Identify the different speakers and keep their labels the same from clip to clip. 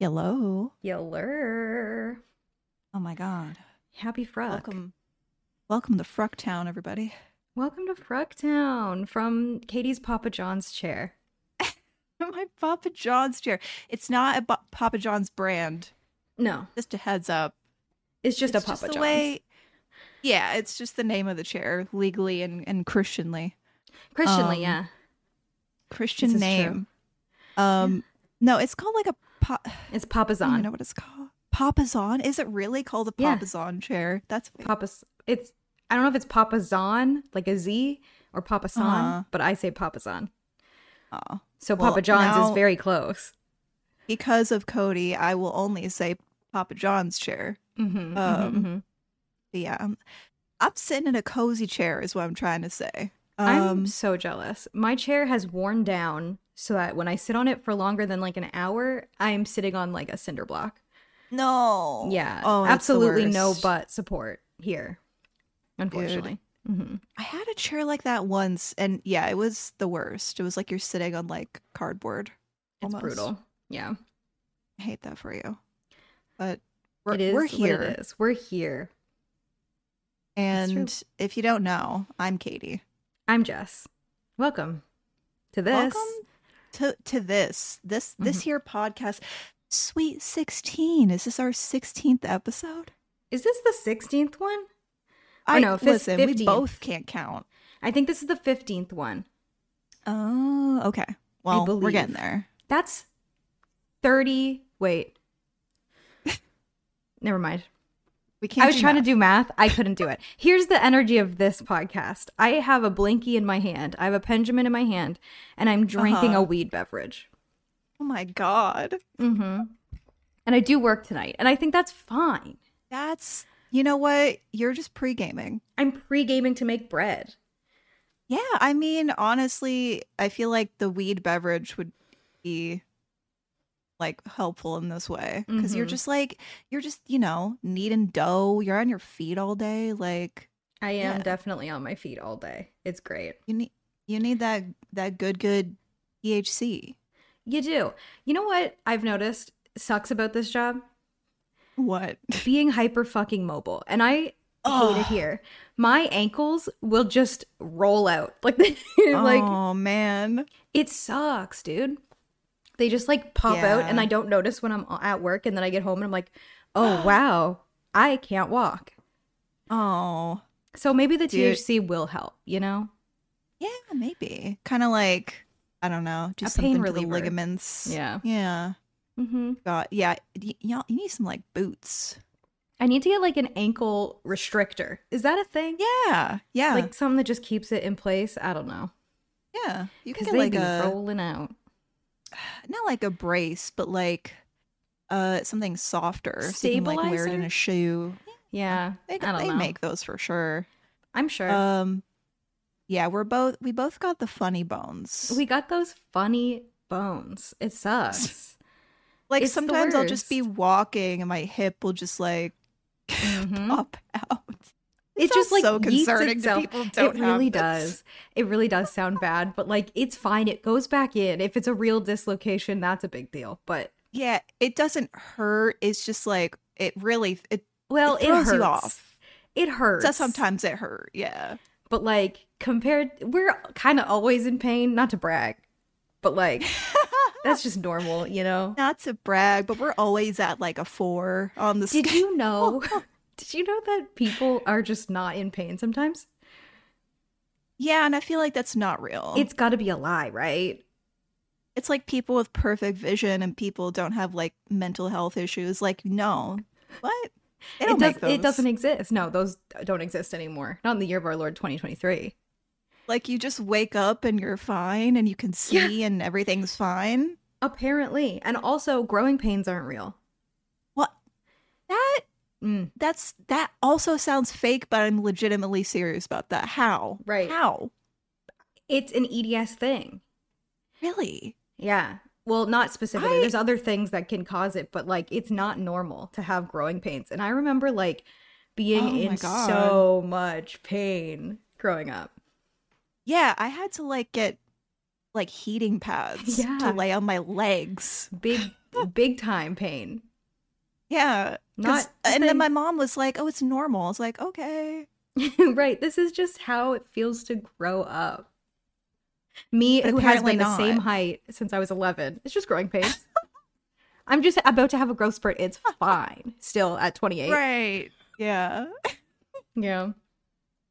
Speaker 1: Hello.
Speaker 2: Yeller.
Speaker 1: Oh my God.
Speaker 2: Happy Fruck.
Speaker 1: Welcome. Welcome to Frucktown, everybody.
Speaker 2: Welcome to Frucktown from Katie's Papa John's chair.
Speaker 1: my Papa John's chair. It's not a Bo- Papa John's brand.
Speaker 2: No,
Speaker 1: Just a heads up.
Speaker 2: it's just
Speaker 1: It's
Speaker 2: a Papa
Speaker 1: the
Speaker 2: John's.
Speaker 1: yeah, it's just the name of the chair, legally and, and Christianly.
Speaker 2: Christianly,
Speaker 1: um,
Speaker 2: yeah.
Speaker 1: Christian
Speaker 2: This is true.
Speaker 1: name. Um, no, it's called like a pop.
Speaker 2: It's
Speaker 1: I don't even
Speaker 2: Papazon.
Speaker 1: know what it's called. Papazon? Is it really called a
Speaker 2: Yeah.
Speaker 1: Papazon chair? That's weird.
Speaker 2: Papa's. It's. I don't know if it's Papazon, like a Z, or Papasan,
Speaker 1: Uh-huh.
Speaker 2: but I say Papazon.
Speaker 1: Aw.
Speaker 2: So
Speaker 1: Well,
Speaker 2: Papa John's
Speaker 1: now-
Speaker 2: is very close.
Speaker 1: because of Cody, I will only say Papa John's chair.
Speaker 2: Mm-hmm,
Speaker 1: Um, But yeah, I'm, I'm sitting in a cozy chair, is what I'm trying to say. Um,
Speaker 2: I'm so jealous. My chair has worn down so that when I sit on it for longer than like an hour, I am sitting on like a cinder block.
Speaker 1: no,
Speaker 2: Yeah.
Speaker 1: oh, that's the
Speaker 2: absolutely no
Speaker 1: worst.
Speaker 2: butt support here, unfortunately. hmm
Speaker 1: I had a chair like that once, and yeah, it was the worst. It was like you're sitting on like cardboard.
Speaker 2: It's
Speaker 1: almost.
Speaker 2: brutal. Yeah.
Speaker 1: I hate that for you, but we're,
Speaker 2: it is
Speaker 1: we're
Speaker 2: what
Speaker 1: here.
Speaker 2: it is. We're here. That's true.
Speaker 1: And if you don't know, I'm Katie.
Speaker 2: I'm Jess. Welcome to this. Mm-hmm.
Speaker 1: Welcome to to this this this here podcast. Sweet sixteen. Is this our sixteenth episode?
Speaker 2: Is this the 16th one? Or
Speaker 1: I
Speaker 2: Oh, no,
Speaker 1: know.
Speaker 2: fif-
Speaker 1: Listen,
Speaker 2: 15th.
Speaker 1: we both can't count.
Speaker 2: I think this is the 15th one.
Speaker 1: Oh, okay. Well, we're getting
Speaker 2: believe.
Speaker 1: there.
Speaker 2: That's 30. Wait. Never mind.
Speaker 1: We can't.
Speaker 2: I was trying to do math. I couldn't do it. Here's the energy of this podcast. I have a blinky in my hand. I have a Benjamin in my hand, and I'm drinking
Speaker 1: Uh-huh.
Speaker 2: a weed beverage.
Speaker 1: Oh my god,
Speaker 2: Mm-hmm. And I do work tonight, and I think that's fine.
Speaker 1: that's you know what? You're just pre gaming.
Speaker 2: I'm pre gaming to make bread.
Speaker 1: Yeah, I mean, honestly, I feel like the weed beverage would be like helpful in this way because you're
Speaker 2: Mhm.
Speaker 1: just like you're just you know kneading dough. You're on your feet all day. Like
Speaker 2: I am
Speaker 1: Yeah.
Speaker 2: definitely on my feet all day. It's great.
Speaker 1: you need you need that that good good THC.
Speaker 2: You do. You know what I've noticed sucks about this job?
Speaker 1: What?
Speaker 2: Being hyper fucking mobile. And I hate it
Speaker 1: Oh,
Speaker 2: here. My ankles will just roll out. Like, like
Speaker 1: oh man.
Speaker 2: It sucks, dude. They just like pop out and
Speaker 1: Yeah.
Speaker 2: I don't notice when I'm at work and then I get home and I'm like, "Oh, wow. I can't walk."
Speaker 1: Oh.
Speaker 2: So maybe the
Speaker 1: Dude.
Speaker 2: THC will help, you know?
Speaker 1: Yeah, maybe. Kind of like I don't know, just
Speaker 2: A pain
Speaker 1: something to the
Speaker 2: reliever.
Speaker 1: ligaments.
Speaker 2: Yeah.
Speaker 1: yeah.
Speaker 2: Mhm.
Speaker 1: God, yeah. Y- y'all, you need some like boots.
Speaker 2: I need to get like an ankle restrictor. Is that a thing?
Speaker 1: Yeah, yeah,
Speaker 2: Like something that just keeps it in place? I don't know.
Speaker 1: yeah. You can get
Speaker 2: Cuz they
Speaker 1: like
Speaker 2: be
Speaker 1: a
Speaker 2: rolling out.
Speaker 1: not like a brace, but like uh something softer, so you can like wear it in
Speaker 2: Stabilizer?
Speaker 1: a shoe.
Speaker 2: Yeah.
Speaker 1: They,
Speaker 2: I don't
Speaker 1: they
Speaker 2: know.
Speaker 1: make those for sure.
Speaker 2: I'm sure.
Speaker 1: Um, yeah, we're both we both got the funny bones.
Speaker 2: we got those funny bones. It sucks.
Speaker 1: like
Speaker 2: it's the
Speaker 1: sometimes I'll just be walking and my hip will just like
Speaker 2: Mhm.
Speaker 1: pop out.
Speaker 2: It just,
Speaker 1: sounds
Speaker 2: like,
Speaker 1: so
Speaker 2: yeets
Speaker 1: concerning to
Speaker 2: itself.
Speaker 1: people. who Don't
Speaker 2: it really
Speaker 1: have this.
Speaker 2: does. It really does sound bad, but like it's fine. It goes back in. If it's a real dislocation, that's a big deal. But
Speaker 1: Yeah, it doesn't hurt. It's just like it really it,
Speaker 2: well,
Speaker 1: it
Speaker 2: it,
Speaker 1: throws
Speaker 2: hurts.
Speaker 1: you off.
Speaker 2: It hurts.
Speaker 1: So sometimes it hurt. Yeah.
Speaker 2: But like compared, we're kind of always in pain. Not to brag, but like that's just normal, you know.
Speaker 1: Not to brag, but we're always at like a four on the
Speaker 2: Did
Speaker 1: scale.
Speaker 2: you know? Did you know that people are just not in pain sometimes?
Speaker 1: Yeah, and I feel like that's not real.
Speaker 2: It's got to be a lie, right?
Speaker 1: it's like people with perfect vision and people don't have like mental health issues. Like, no. What? They don't
Speaker 2: it, does,
Speaker 1: make those.
Speaker 2: it doesn't exist. No, those don't exist anymore. Not in the year of our Lord 2023.
Speaker 1: like you just wake up and you're fine and you can
Speaker 2: e Yeah.
Speaker 1: see and everything's fine.
Speaker 2: Apparently. And also, growing pains aren't real.
Speaker 1: What that
Speaker 2: Mm.
Speaker 1: that's that also sounds fake, but I'm legitimately serious about that. How?
Speaker 2: Right.
Speaker 1: How?
Speaker 2: It's an EDS thing.
Speaker 1: Really?
Speaker 2: Yeah. Well, not specifically.
Speaker 1: I-
Speaker 2: There's other things that can cause it, but like it's not normal to have growing pains. And I remember like being
Speaker 1: Oh my
Speaker 2: in
Speaker 1: God.
Speaker 2: so much pain growing up.
Speaker 1: Yeah, I had to like get like heating pads
Speaker 2: Yeah.
Speaker 1: to lay on my legs.
Speaker 2: Big big time pain.
Speaker 1: Yeah. 'cause- uh,
Speaker 2: Not
Speaker 1: and then
Speaker 2: nothing-
Speaker 1: my mom was like, "Oh, it's normal." It's like, "Okay."
Speaker 2: right. This is just how it feels to grow up. Me,
Speaker 1: But
Speaker 2: who has
Speaker 1: apparently
Speaker 2: been the same
Speaker 1: not.
Speaker 2: height since I was 11, it's just growing pains. I'm just about to have a growth spurt. It's fine. Still at 28.
Speaker 1: Right. Yeah.
Speaker 2: Yeah.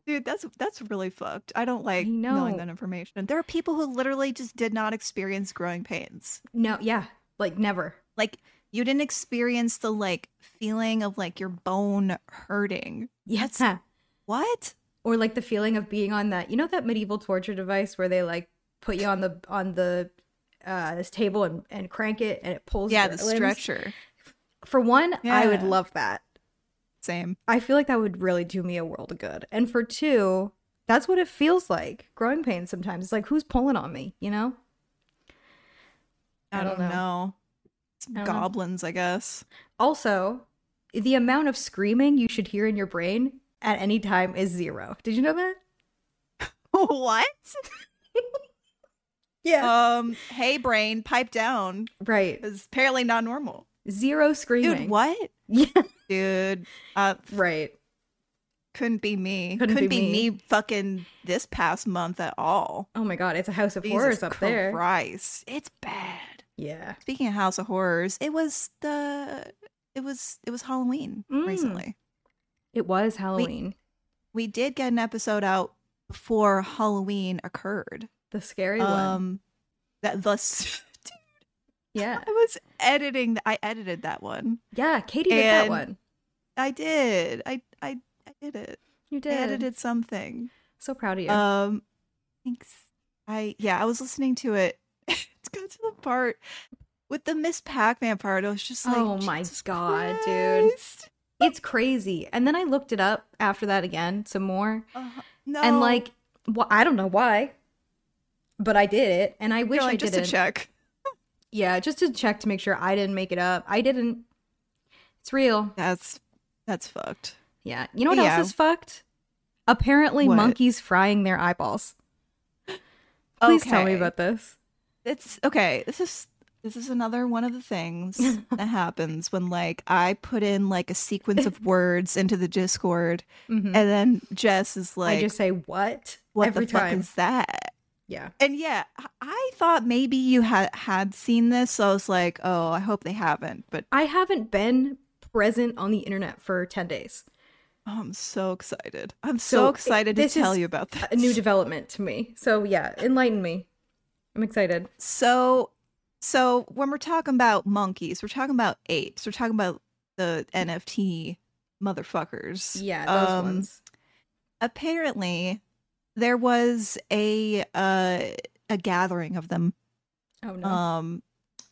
Speaker 1: Dude, that's that's really fucked. I don't like
Speaker 2: I
Speaker 1: knowing
Speaker 2: know.
Speaker 1: that information. There are people who literally just did not experience growing pains.
Speaker 2: No, yeah. Like never.
Speaker 1: Like you didn't experience the like feeling of like your bone hurting.
Speaker 2: Yes.
Speaker 1: What?
Speaker 2: Or like the feeling of being on that, you know, that medieval torture device where they like put you on the, on the, uh, this table and, and crank it and it pulls
Speaker 1: yeah,
Speaker 2: your
Speaker 1: the
Speaker 2: limbs.
Speaker 1: stretcher.
Speaker 2: for one i would
Speaker 1: Yeah.
Speaker 2: love that
Speaker 1: Same.
Speaker 2: I feel like that would really do me a world of good. And for two, that's what it feels like. Growing pains sometimes. It's like who's pulling on me, you know?
Speaker 1: I, don't, know. Some
Speaker 2: I don't know.
Speaker 1: goblins, I guess.
Speaker 2: Also, the amount of screaming you should hear in your brain at any time is zero. Did you know that?
Speaker 1: what?
Speaker 2: Yeah.
Speaker 1: Um, hey brain, pipe down.
Speaker 2: right.
Speaker 1: It's apparently not normal.
Speaker 2: Zero screaming.
Speaker 1: Dude, what?
Speaker 2: Yeah.
Speaker 1: Dude, uh
Speaker 2: Right.
Speaker 1: couldn't be me.
Speaker 2: Couldn't be me.
Speaker 1: fucking this past month at all.
Speaker 2: Oh my god, it's a house of
Speaker 1: Jesus
Speaker 2: horrors up there.
Speaker 1: Christ. It's bad.
Speaker 2: Yeah.
Speaker 1: Speaking of House of Horrors, it was the it was it was Halloween
Speaker 2: Mm.
Speaker 1: recently.
Speaker 2: It was Halloween.
Speaker 1: We did get an episode out before Halloween occurred.
Speaker 2: the scary one.
Speaker 1: Um that thus
Speaker 2: Yeah.
Speaker 1: I was editing I edited that one.
Speaker 2: Yeah, Katie did that
Speaker 1: and-
Speaker 2: one.
Speaker 1: I did. I I I did it.
Speaker 2: You
Speaker 1: I
Speaker 2: did.
Speaker 1: edited something.
Speaker 2: So proud of you.
Speaker 1: Um, thanks. I yeah, I was listening to it. It's got to the part with the Miss Pac-Man part. I was just like,
Speaker 2: Oh my God, dude.
Speaker 1: dude!
Speaker 2: it's crazy. And then I looked it up after that again, some more.
Speaker 1: Uh, no,
Speaker 2: And like, wh- I don't know why, but I did it, and I
Speaker 1: You're
Speaker 2: wish
Speaker 1: like,
Speaker 2: I
Speaker 1: just
Speaker 2: didn't.
Speaker 1: to check.
Speaker 2: Yeah, just to check to make sure I didn't make it up. I didn't. It's real.
Speaker 1: That's that's fucked.
Speaker 2: Yeah. You know what
Speaker 1: Yeah.
Speaker 2: else is fucked? Apparently,
Speaker 1: What?
Speaker 2: monkeys frying their eyeballs. Please tell me
Speaker 1: Okay.
Speaker 2: about this.
Speaker 1: It's okay. This is this is another one of the things that happens when like I put in like a sequence of words into the Discord,
Speaker 2: Mhm.
Speaker 1: and then Jess is like,
Speaker 2: I just say what
Speaker 1: "What
Speaker 2: every
Speaker 1: the fuck
Speaker 2: time.
Speaker 1: is that?"
Speaker 2: yeah.
Speaker 1: And yeah, I- I thought maybe you had had seen this, so I was like, "Oh, I hope they haven't." But
Speaker 2: I haven't been present on the internet for ten days.
Speaker 1: oh, I'm so excited! I'm so,
Speaker 2: So,
Speaker 1: excited to
Speaker 2: this
Speaker 1: tell
Speaker 2: is
Speaker 1: you about this.
Speaker 2: A new development to me. So yeah, enlighten me. I'm excited.
Speaker 1: so, so when we're talking about monkeys, we're talking about apes, we're talking about the NFT motherfuckers.
Speaker 2: Yeah, those
Speaker 1: Um,
Speaker 2: ones.
Speaker 1: Apparently, there was a uh, a gathering of them
Speaker 2: Oh no.
Speaker 1: um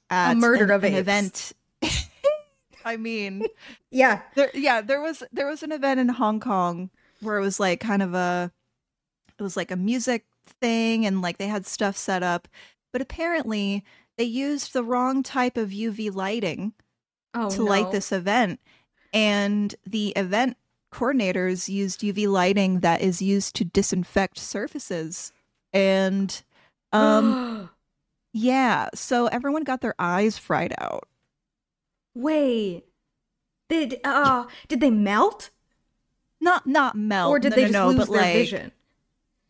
Speaker 1: at
Speaker 2: murder
Speaker 1: an-
Speaker 2: of
Speaker 1: an
Speaker 2: apes.
Speaker 1: event. I mean.
Speaker 2: yeah.
Speaker 1: there yeah there was there was an event in hong kong where it was like kind of a it was like a music thing and like they had stuff set up but apparently they used the wrong type of uv lighting
Speaker 2: Oh
Speaker 1: to light this event and the event coordinators used uv lighting that is used to disinfect surfaces and um yeah so everyone got their eyes fried out
Speaker 2: wait. Did uh did they melt
Speaker 1: not not melt
Speaker 2: or did
Speaker 1: no,
Speaker 2: they
Speaker 1: no,
Speaker 2: just
Speaker 1: no,
Speaker 2: lose
Speaker 1: but
Speaker 2: their
Speaker 1: like
Speaker 2: vision?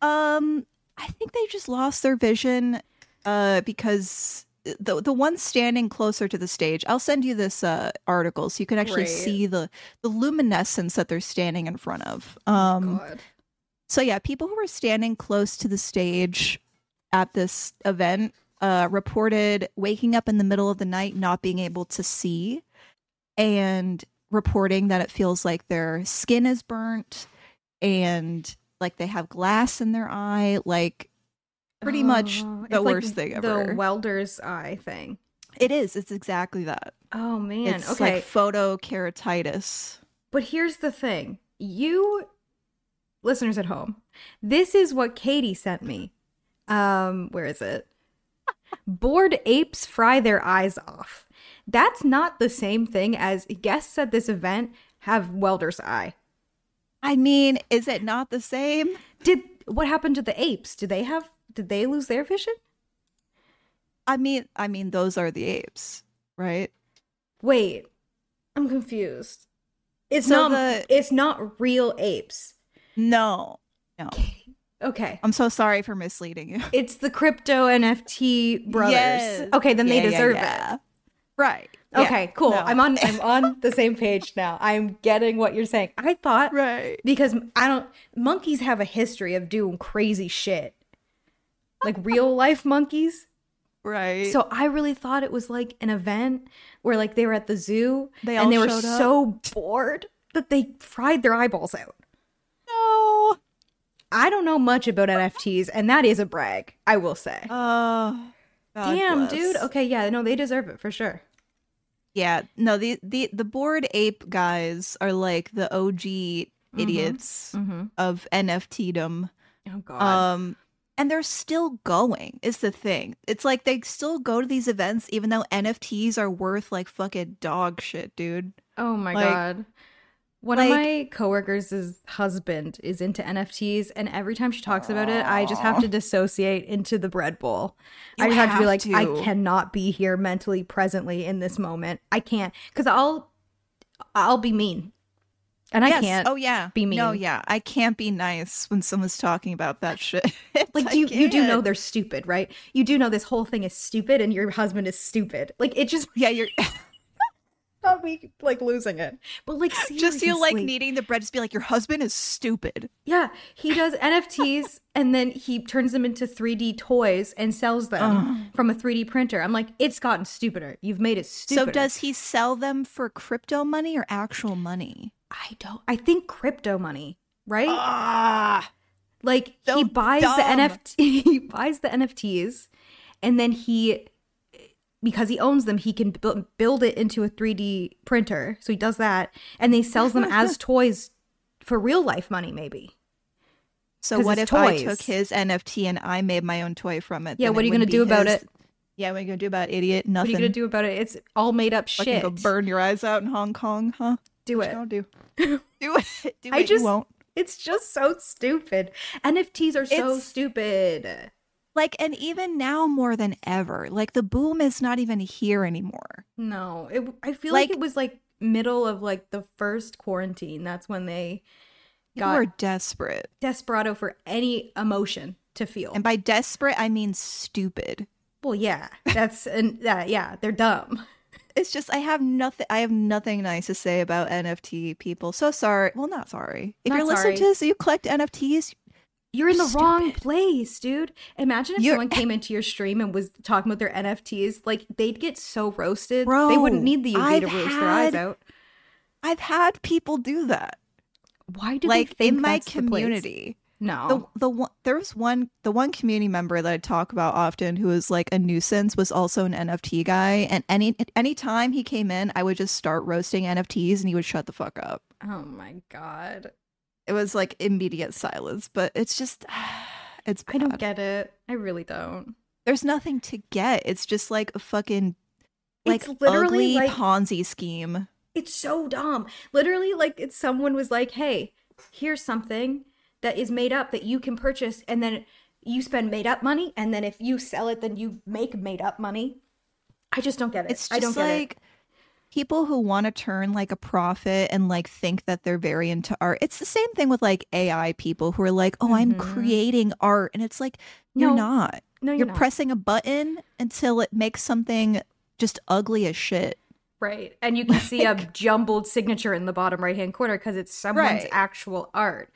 Speaker 1: Um, I think they just lost their vision, uh, because the the one standing closer to the stage. I'll send you this uh article so you can actually
Speaker 2: Great.
Speaker 1: see the the luminescence that they're standing in front of. Um,
Speaker 2: God.
Speaker 1: so yeah, people who were standing close to the stage at this event uh, reported waking up in the middle of the night, not being able to see, and reporting that it feels like their skin is burnt and like they have glass in their eye, like pretty much
Speaker 2: Oh,
Speaker 1: the
Speaker 2: it's like
Speaker 1: worst thing ever.
Speaker 2: The welder's eye thing.
Speaker 1: it is. It's exactly that.
Speaker 2: Oh man.
Speaker 1: it's
Speaker 2: okay.
Speaker 1: like photokeratitis.
Speaker 2: But here's the thing. You listeners at home, this is what Katie sent me. Um, where is it? Bored apes fry their eyes off. That's not the same thing as guests at this event have welder's eye.
Speaker 1: I mean, is it not the same?
Speaker 2: Did what happened to the apes? Did they have did they lose their vision?
Speaker 1: I mean, I mean, those are the apes. right?
Speaker 2: Wait, I'm confused. It's
Speaker 1: So
Speaker 2: not.
Speaker 1: the-
Speaker 2: It's not real apes.
Speaker 1: No, no.
Speaker 2: Okay,
Speaker 1: I'm so sorry for misleading you.
Speaker 2: it's the crypto NFT brothers.
Speaker 1: Yes.
Speaker 2: Okay, then they
Speaker 1: Yeah, yeah,
Speaker 2: deserve it.
Speaker 1: yeah. Right. Yeah.
Speaker 2: Okay, cool.
Speaker 1: No.
Speaker 2: I'm on. I'm on the same page now. I'm getting what you're saying. I thought
Speaker 1: Right.
Speaker 2: because I don't. Monkeys have a history of doing crazy shit, like real life monkeys.
Speaker 1: Right.
Speaker 2: So I really thought it was like an event where like they were at the zoo
Speaker 1: They all
Speaker 2: and they were
Speaker 1: showed up.
Speaker 2: so bored that they fried their eyeballs out.
Speaker 1: no.
Speaker 2: I don't know much about NFTs, and that is a brag, I will say.
Speaker 1: Oh. God
Speaker 2: Damn,
Speaker 1: bless.
Speaker 2: dude. Okay, yeah, no, they deserve it for sure.
Speaker 1: Yeah. No. The the the bored ape guys are like the OG idiots
Speaker 2: Mm-hmm.
Speaker 1: of NFTdom.
Speaker 2: Oh god.
Speaker 1: Um. And they're still going is the thing. It's like they still go to these events even though NFTs are worth like fucking dog shit, dude.
Speaker 2: oh my
Speaker 1: like-
Speaker 2: god. One of my coworkers' husband is into NFTs, and every time she talks about it, I just have to dissociate into the bread bowl. I
Speaker 1: You
Speaker 2: just have, to be
Speaker 1: have
Speaker 2: like, I
Speaker 1: to.
Speaker 2: cannot be here mentally, presently in this moment. I can't, because I'll, I'll be mean, and I
Speaker 1: Yes.
Speaker 2: can't.
Speaker 1: Oh yeah.
Speaker 2: be
Speaker 1: No,
Speaker 2: mean.
Speaker 1: yeah. I can't be nice when someone's talking about that shit.
Speaker 2: Like
Speaker 1: I
Speaker 2: do you, you do know
Speaker 1: can't.
Speaker 2: they're stupid, right? You do know this whole thing is stupid and your husband is stupid. Like it just
Speaker 1: Yeah, you're
Speaker 2: got me like losing it. But like seriously,
Speaker 1: just you like needing the bread. Just be like, your husband is stupid.
Speaker 2: Yeah, he does NFTs and then he turns them into 3D toys and sells
Speaker 1: Uh-huh.
Speaker 2: them from a 3D printer. I'm like, it's gotten stupider. You've made it stupider.
Speaker 1: So does he sell them for crypto money or actual money?
Speaker 2: I don't I think crypto money, right?
Speaker 1: Ah,
Speaker 2: like he
Speaker 1: so
Speaker 2: buys
Speaker 1: dumb.
Speaker 2: the NFT he buys the NFTs and then he because he owns them he can bu- build it into a 3D printer so he does that and they sells them as toys for real life money maybe
Speaker 1: so
Speaker 2: 'Cause
Speaker 1: what if
Speaker 2: it's
Speaker 1: I
Speaker 2: toys.
Speaker 1: took his NFT and I made my own toy from it?
Speaker 2: Yeah,
Speaker 1: Then
Speaker 2: what
Speaker 1: it
Speaker 2: are you gonna
Speaker 1: wouldn't
Speaker 2: do
Speaker 1: be
Speaker 2: about
Speaker 1: his.
Speaker 2: it?
Speaker 1: Yeah, what are you gonna do about it, idiot?
Speaker 2: what are
Speaker 1: Nothing.
Speaker 2: you gonna do about it it's all made up
Speaker 1: Fucking
Speaker 2: shit
Speaker 1: go burn your eyes out in Hong Kong, huh?
Speaker 2: do
Speaker 1: What you
Speaker 2: it
Speaker 1: gonna do? do it. Do
Speaker 2: I
Speaker 1: it.
Speaker 2: just-
Speaker 1: you won't.
Speaker 2: it's just so stupid NFTs are so
Speaker 1: It's-
Speaker 2: stupid
Speaker 1: Like, and even now more than ever, like the boom is not even here anymore.
Speaker 2: No, it, I feel like,
Speaker 1: Like-
Speaker 2: it was like middle of like the first quarantine. That's when they
Speaker 1: People
Speaker 2: got
Speaker 1: are desperate,
Speaker 2: desperado for any emotion to feel.
Speaker 1: and by desperate I mean stupid.
Speaker 2: well, yeah, that's and that yeah, they're dumb.
Speaker 1: it's just I have nothing. I have nothing nice to say about NFT people. So sorry. Well, not sorry. If
Speaker 2: Not
Speaker 1: you're listening to
Speaker 2: sorry.
Speaker 1: this, you collect NFTs.
Speaker 2: You're in the wrong
Speaker 1: Stupid.
Speaker 2: place, dude. Imagine if
Speaker 1: You're-
Speaker 2: someone came into your stream and was talking about their NFTs, like they'd get so roasted. they
Speaker 1: Bro,
Speaker 2: wouldn't need the UV to
Speaker 1: I've
Speaker 2: roast their eyes
Speaker 1: had-
Speaker 2: out.
Speaker 1: I've had people do that,
Speaker 2: Why do
Speaker 1: like
Speaker 2: they think
Speaker 1: in my
Speaker 2: that's the place?
Speaker 1: community.
Speaker 2: No,
Speaker 1: The the one there was one the one community member that I talk about often who was like a nuisance was also an NFT guy, and any any time he came in, I would just start roasting NFTs, and he would shut the fuck up.
Speaker 2: oh my god,
Speaker 1: It was like immediate silence, but it's just it's
Speaker 2: I don't
Speaker 1: bad.
Speaker 2: get it. I really don't.
Speaker 1: There's nothing to get. It's just like a fucking like
Speaker 2: It's literally
Speaker 1: ugly
Speaker 2: like
Speaker 1: Ponzi scheme.
Speaker 2: It's so dumb. Literally, like it's someone was like, "Hey, here's something that is made up that you can purchase, and then you spend made up money, and then if you sell it, then you make made up money." I just don't get it.
Speaker 1: It's just
Speaker 2: I don't get
Speaker 1: like
Speaker 2: it.
Speaker 1: people who want to turn like a profit and like think that they're very into art. It's the same thing with like AI people who are like, "Oh, I'm
Speaker 2: Mhm.
Speaker 1: creating art," and it's like you're
Speaker 2: No,
Speaker 1: not.
Speaker 2: No, you're,
Speaker 1: You're
Speaker 2: not
Speaker 1: pressing a button until it makes something just ugly as shit.
Speaker 2: right, and you can see a jumbled signature in the bottom right hand corner because it's someone's
Speaker 1: Right.
Speaker 2: actual art.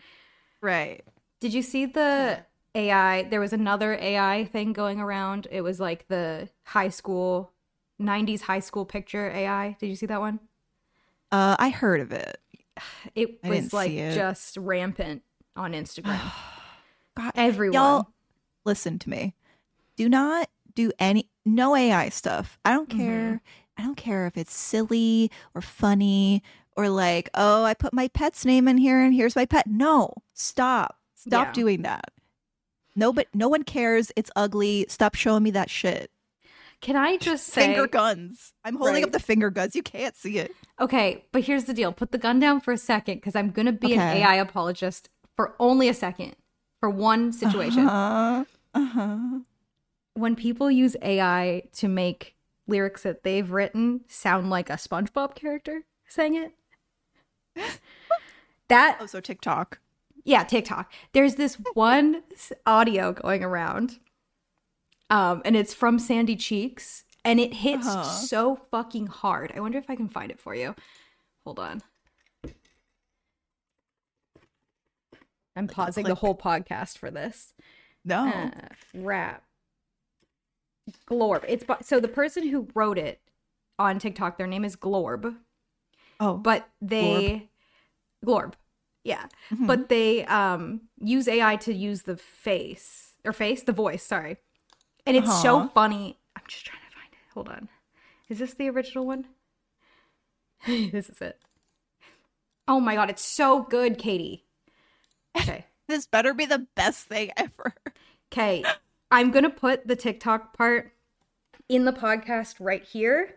Speaker 1: Right.
Speaker 2: Did you see the AI? There was another AI thing going around. It was like the high school, '90s high school picture AI. Did you see that one?
Speaker 1: Uh, I heard of it.
Speaker 2: It
Speaker 1: I didn't
Speaker 2: was
Speaker 1: see
Speaker 2: like
Speaker 1: it.
Speaker 2: just rampant on Instagram.
Speaker 1: God,
Speaker 2: Everyone.
Speaker 1: Y'all, listen to me. Do not do any no AI stuff. I
Speaker 2: Mm-hmm.
Speaker 1: don't care. I don't care if it's silly or funny or like, oh, I put my pet's name in here and here's my pet. No, stop. Stop
Speaker 2: Yeah.
Speaker 1: doing that. No, but no one cares. It's ugly. Stop showing me that shit.
Speaker 2: Can I just say
Speaker 1: Finger guns. I'm holding
Speaker 2: Right.
Speaker 1: up the finger guns. You can't see it.
Speaker 2: Okay, but here's the deal. Put the gun down for a second because I'm gonna be an
Speaker 1: Okay.
Speaker 2: AI apologist for only a second. For one situation.
Speaker 1: Uh huh.
Speaker 2: When people use AI to make lyrics that they've written sound like a SpongeBob character saying it. that
Speaker 1: Oh, so TikTok.
Speaker 2: yeah, TikTok. There's this one s- audio going around, um, and it's from Sandy Cheeks, and it hits
Speaker 1: Uh-huh.
Speaker 2: so fucking hard. I wonder if I can find it for you. Hold on. I'm pausing the
Speaker 1: clip.
Speaker 2: whole podcast for this.
Speaker 1: No.
Speaker 2: Uh, rap. Glorb. It's bu- so the person who wrote it on TikTok, their name is Glorb,
Speaker 1: oh,
Speaker 2: but they Glorb. Yeah
Speaker 1: mhm.
Speaker 2: but they um use AI to use the face or face the voice, sorry. And it's so
Speaker 1: Uh-huh.
Speaker 2: funny. I'm just trying to find it. Hold on. Is this the original one? this is it. Oh my god, it's so good, Katie. Okay.
Speaker 1: this better be the best thing ever.
Speaker 2: Okay. I'm going to put the TikTok part in the podcast right here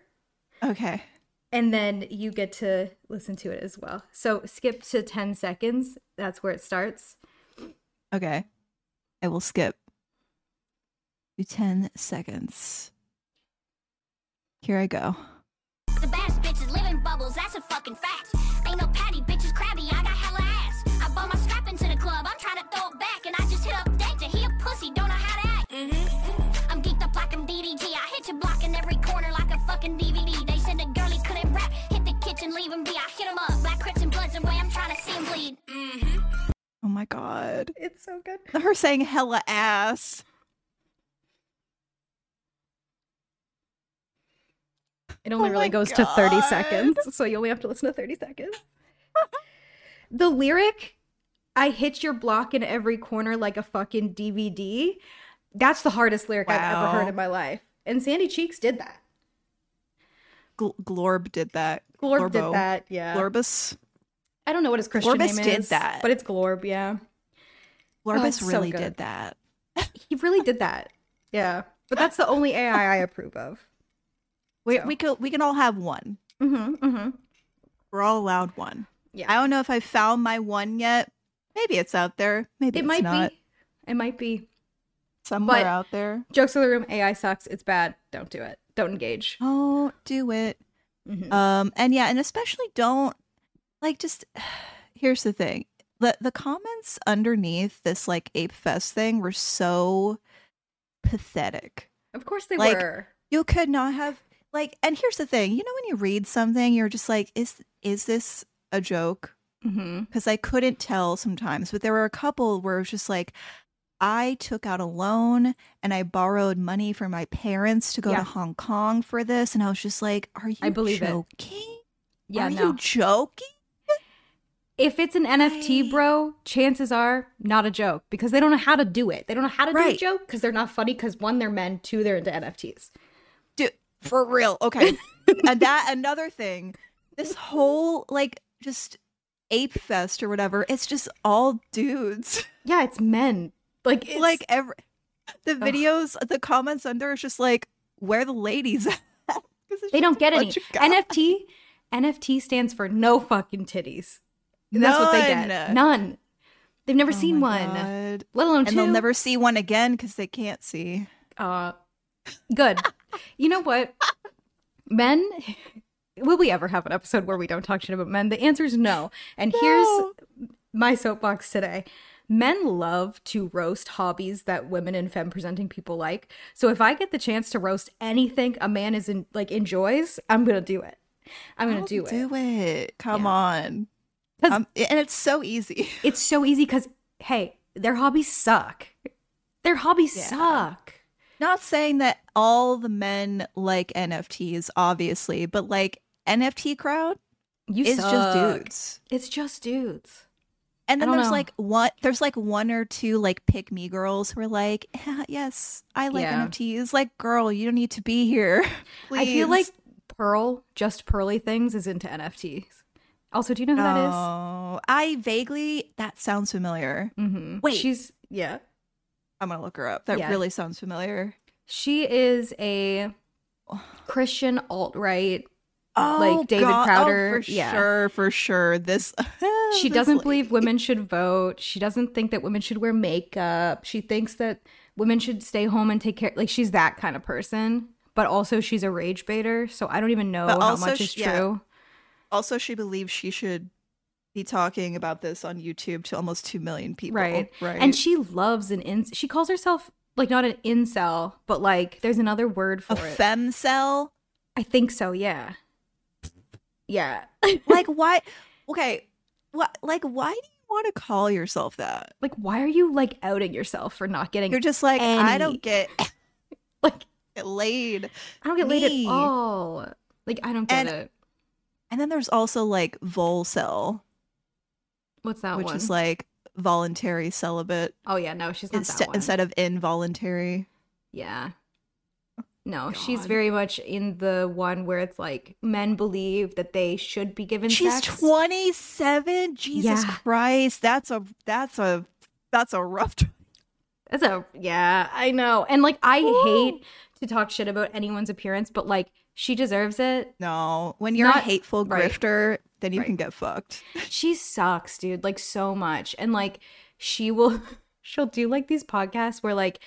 Speaker 1: Okay.
Speaker 2: and then you get to listen to it as well. So skip to 10 seconds. That's where it starts.
Speaker 1: Okay. I will skip to 10 seconds. Here I go.
Speaker 3: The baddest bitches live in bubbles, that's a fucking fact. Ain't no patty, bitches crabby, I got hella ass. I bought my strap into the club, I'm tryna throw it back. And I just hit up danger, he a pussy, don't know how to act. I'm geeked up like I'm DDG, I hit your block in every corner like a fucking DVD. They said the girlie couldn't rap, hit the kitchen, leave him be. I hit him up, black crips and bloods and way I'm tryna see him bleed.
Speaker 1: Oh my god.
Speaker 2: It's so good.
Speaker 1: Her saying hella ass.
Speaker 2: It only
Speaker 1: Oh
Speaker 2: really
Speaker 1: my
Speaker 2: goes to 30
Speaker 1: God.
Speaker 2: seconds, so you only have to listen to 30 seconds. the lyric, I hit your block in every corner like a fucking DVD, that's the hardest lyric I've ever
Speaker 1: Wow.
Speaker 2: heard in my life. And Sandy Cheeks did that.
Speaker 1: Gl- Glorb did that.
Speaker 2: Glorb
Speaker 1: Glorbo.
Speaker 2: did that, yeah.
Speaker 1: Glorbus.
Speaker 2: I don't know what his Christian
Speaker 1: Glorbus
Speaker 2: name
Speaker 1: did
Speaker 2: is,
Speaker 1: that.
Speaker 2: but it's Glorb, yeah. it's
Speaker 1: Glorbus
Speaker 2: Oh, so
Speaker 1: really
Speaker 2: good.
Speaker 1: did that.
Speaker 2: He really did that, yeah. But that's the only AI I approve of.
Speaker 1: We
Speaker 2: So-
Speaker 1: we could we can all have one.
Speaker 2: Mm-hmm, mm-hmm.
Speaker 1: We're all allowed one.
Speaker 2: Yeah.
Speaker 1: I don't know if I found my one yet. Maybe it's out there. Maybe
Speaker 2: it
Speaker 1: it's
Speaker 2: might
Speaker 1: not.
Speaker 2: be. It might be.
Speaker 1: somewhere
Speaker 2: but-
Speaker 1: out there.
Speaker 2: Jokes of the room, AI sucks, it's bad, don't do it. Don't engage.
Speaker 1: Don't do it.
Speaker 2: Mhm.
Speaker 1: Um, and yeah, and especially don't like just here's the thing. The the comments underneath this like ape fest thing were so pathetic.
Speaker 2: Of course they
Speaker 1: Like-
Speaker 2: were.
Speaker 1: You could not have like and here's the thing, you know when you read something, you're just like, is is this a joke?
Speaker 2: Mm-hmm.
Speaker 1: Because I couldn't tell sometimes, but there were a couple where it was just like I took out a loan and I borrowed money from my parents to go
Speaker 2: Yeah.
Speaker 1: to Hong Kong for this, and I was just like, "Are you
Speaker 2: I believe it.
Speaker 1: joking?
Speaker 2: Yeah,
Speaker 1: Are
Speaker 2: no.
Speaker 1: you joking?"
Speaker 2: if it's an NFT,
Speaker 1: I-
Speaker 2: bro, chances are not a joke because they don't know how to do it. They don't know how to do a
Speaker 1: Right.
Speaker 2: joke because they're not funny. Because one, they're men. Two, they're into NFTs.
Speaker 1: Dude, for real. Okay. and that another thing, this whole like just ape fest or whatever, it's just all dudes.
Speaker 2: Yeah, it's men. Like, it's,
Speaker 1: like
Speaker 2: like
Speaker 1: every the videos, the comments under is just like where the ladies at? 'Cause it's
Speaker 2: they
Speaker 1: just
Speaker 2: don't
Speaker 1: a
Speaker 2: get any
Speaker 1: bunch of guys.
Speaker 2: NFT. NFT stands for no fucking titties. And That's what they get.
Speaker 1: None.
Speaker 2: None. They've never
Speaker 1: Oh
Speaker 2: seen
Speaker 1: my
Speaker 2: one,
Speaker 1: God.
Speaker 2: let alone
Speaker 1: And
Speaker 2: two.
Speaker 1: they'll never see one again because they can't see.
Speaker 2: Uh, good. you know what? Men, will we ever have an episode where we don't talk shit about men? The answer is no. And
Speaker 1: No.
Speaker 2: here's my soapbox today. Men love to roast hobbies that women and femme presenting people like. So if I get the chance to roast anything a man is in, like enjoys, I'm gonna do it. I'm gonna
Speaker 1: I'll
Speaker 2: do it.
Speaker 1: Oh, Do it. Come
Speaker 2: Yeah.
Speaker 1: on.
Speaker 2: 'Cause-
Speaker 1: Um, and it's so easy.
Speaker 2: It's so easy because hey, their hobbies suck. Their hobbies
Speaker 1: Yeah.
Speaker 2: suck.
Speaker 1: Not saying that all the men like NFTs, obviously, but like NFT crowd
Speaker 2: You
Speaker 1: is just
Speaker 2: suck.
Speaker 1: dudes.
Speaker 2: It's just dudes.
Speaker 1: And
Speaker 2: I
Speaker 1: then
Speaker 2: don't
Speaker 1: there's
Speaker 2: know.
Speaker 1: like one there's like one or two like pick me girls who are like, "Yeah, yes, I like
Speaker 2: Yeah.
Speaker 1: NFTs. Like, girl, you don't need to be here. Please.
Speaker 2: I feel like Pearl, just pearly things, is into NFTs. Also, do you know who
Speaker 1: Oh.
Speaker 2: that
Speaker 1: no. I vaguely that sounds familiar.
Speaker 2: is? Mm-hmm.
Speaker 1: Wait.
Speaker 2: she's yeah,
Speaker 1: I'm gonna look her up. That
Speaker 2: Yeah.
Speaker 1: really sounds familiar.
Speaker 2: she is a Christian alt right.
Speaker 1: Oh,
Speaker 2: Like David
Speaker 1: God. Oh,
Speaker 2: Crowder.
Speaker 1: for
Speaker 2: Yeah.
Speaker 1: sure, for sure. This
Speaker 2: She
Speaker 1: this
Speaker 2: doesn't
Speaker 1: lady.
Speaker 2: believe women should vote. She doesn't think that women should wear makeup. She thinks that women should stay home and take care. Like she's that kind of person, but also she's a rage baiter, so I don't even know
Speaker 1: But
Speaker 2: how
Speaker 1: also
Speaker 2: much is
Speaker 1: she- yeah.
Speaker 2: true.
Speaker 1: Also, she believes she should be talking about this on YouTube to almost 2 million people.
Speaker 2: Right.
Speaker 1: Right.
Speaker 2: And she loves an in. She calls herself like not an incel, but like there's another word for
Speaker 1: a
Speaker 2: it.
Speaker 1: fem cell?
Speaker 2: I think so. Yeah. Yeah.
Speaker 1: Like, why? Okay. What, like, why do you want to call yourself that?
Speaker 2: like, why are you like outing yourself for not getting
Speaker 1: You're just like, I
Speaker 2: Any.
Speaker 1: don't get
Speaker 2: like?
Speaker 1: get laid.
Speaker 2: I don't get laid
Speaker 1: Me.
Speaker 2: at all. Like, I don't get
Speaker 1: And-
Speaker 2: it.
Speaker 1: And then there's also like vol cell,
Speaker 2: What's that
Speaker 1: which
Speaker 2: one?
Speaker 1: is like voluntary celibate
Speaker 2: oh yeah, no, she's not
Speaker 1: inst-
Speaker 2: that one.
Speaker 1: instead of involuntary.
Speaker 2: Yeah. No, she's
Speaker 1: God.
Speaker 2: very much in the one where it's like men believe that they should be given
Speaker 1: She's
Speaker 2: sex.
Speaker 1: 27. Jesus
Speaker 2: Yeah.
Speaker 1: Christ. That's a that's a that's a rough t-
Speaker 2: That's a yeah, I know. And like I
Speaker 1: Ooh.
Speaker 2: hate to talk shit about anyone's appearance, but like she deserves it.
Speaker 1: No. When you're a
Speaker 2: Not-
Speaker 1: hateful
Speaker 2: right.
Speaker 1: grifter, then you
Speaker 2: Right.
Speaker 1: can get fucked.
Speaker 2: She sucks, dude, like so much. And like she will she'll do like these podcasts where like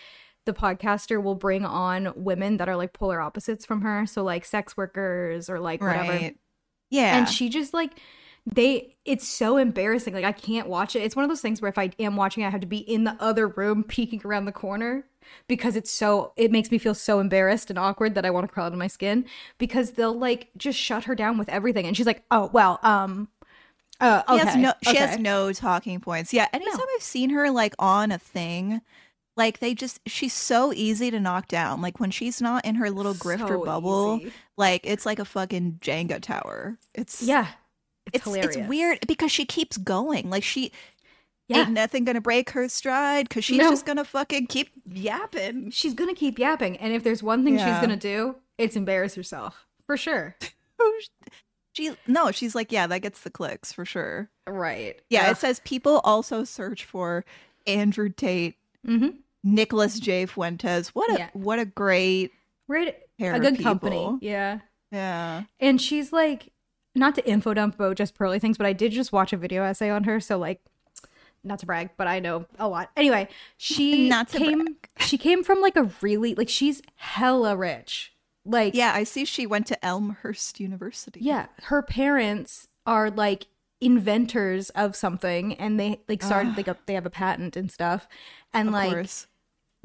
Speaker 2: the podcaster will bring on women that are like polar opposites from her, so like sex workers or like whatever.
Speaker 1: Right. Yeah.
Speaker 2: And she just like they it's so embarrassing. Like I can't watch it. It's one of those things where if I am watching it, I have to be in the other room peeking around the corner because it's so it makes me feel so embarrassed and awkward that I want to crawl out of my skin because they'll like just shut her down with everything and she's like, "Oh, well, um uh
Speaker 1: She
Speaker 2: okay.
Speaker 1: has no she has
Speaker 2: okay."
Speaker 1: no talking points. Yeah, anytime
Speaker 2: No.
Speaker 1: I've seen her like on a thing, like they just she's so easy to knock down. Like when she's not in her little grifter
Speaker 2: So
Speaker 1: bubble,
Speaker 2: easy.
Speaker 1: like it's like a fucking Jenga tower. It's
Speaker 2: Yeah. It's,
Speaker 1: it's
Speaker 2: hilarious.
Speaker 1: it's weird because she keeps going. Like she
Speaker 2: Yeah.
Speaker 1: ain't nothing gonna break her stride because she's
Speaker 2: No.
Speaker 1: just gonna fucking keep yapping.
Speaker 2: She's going to keep yapping and if there's one thing
Speaker 1: Yeah.
Speaker 2: she's going to do, it's embarrass herself. For sure.
Speaker 1: She no, she's like yeah, that gets the clicks for sure.
Speaker 2: Right.
Speaker 1: Yeah, it says people also search for Andrew Tate
Speaker 2: mm-hmm.
Speaker 1: Nicholas J. Fuentes. What a
Speaker 2: Yeah.
Speaker 1: what a great
Speaker 2: We're at
Speaker 1: pair
Speaker 2: a
Speaker 1: of
Speaker 2: good
Speaker 1: people.
Speaker 2: company. Yeah.
Speaker 1: Yeah.
Speaker 2: And she's like, not to info dump about just pearly things, but I did just watch a video essay on her. So like, not to brag, but I know a lot. Anyway, she
Speaker 1: Not to
Speaker 2: came. She came from like a really like she's hella rich. Like
Speaker 1: Yeah, I see she went to Elmhurst University.
Speaker 2: yeah. Her parents are like inventors of something, and they like started like a, they have a patent and stuff, and
Speaker 1: Of
Speaker 2: like
Speaker 1: course.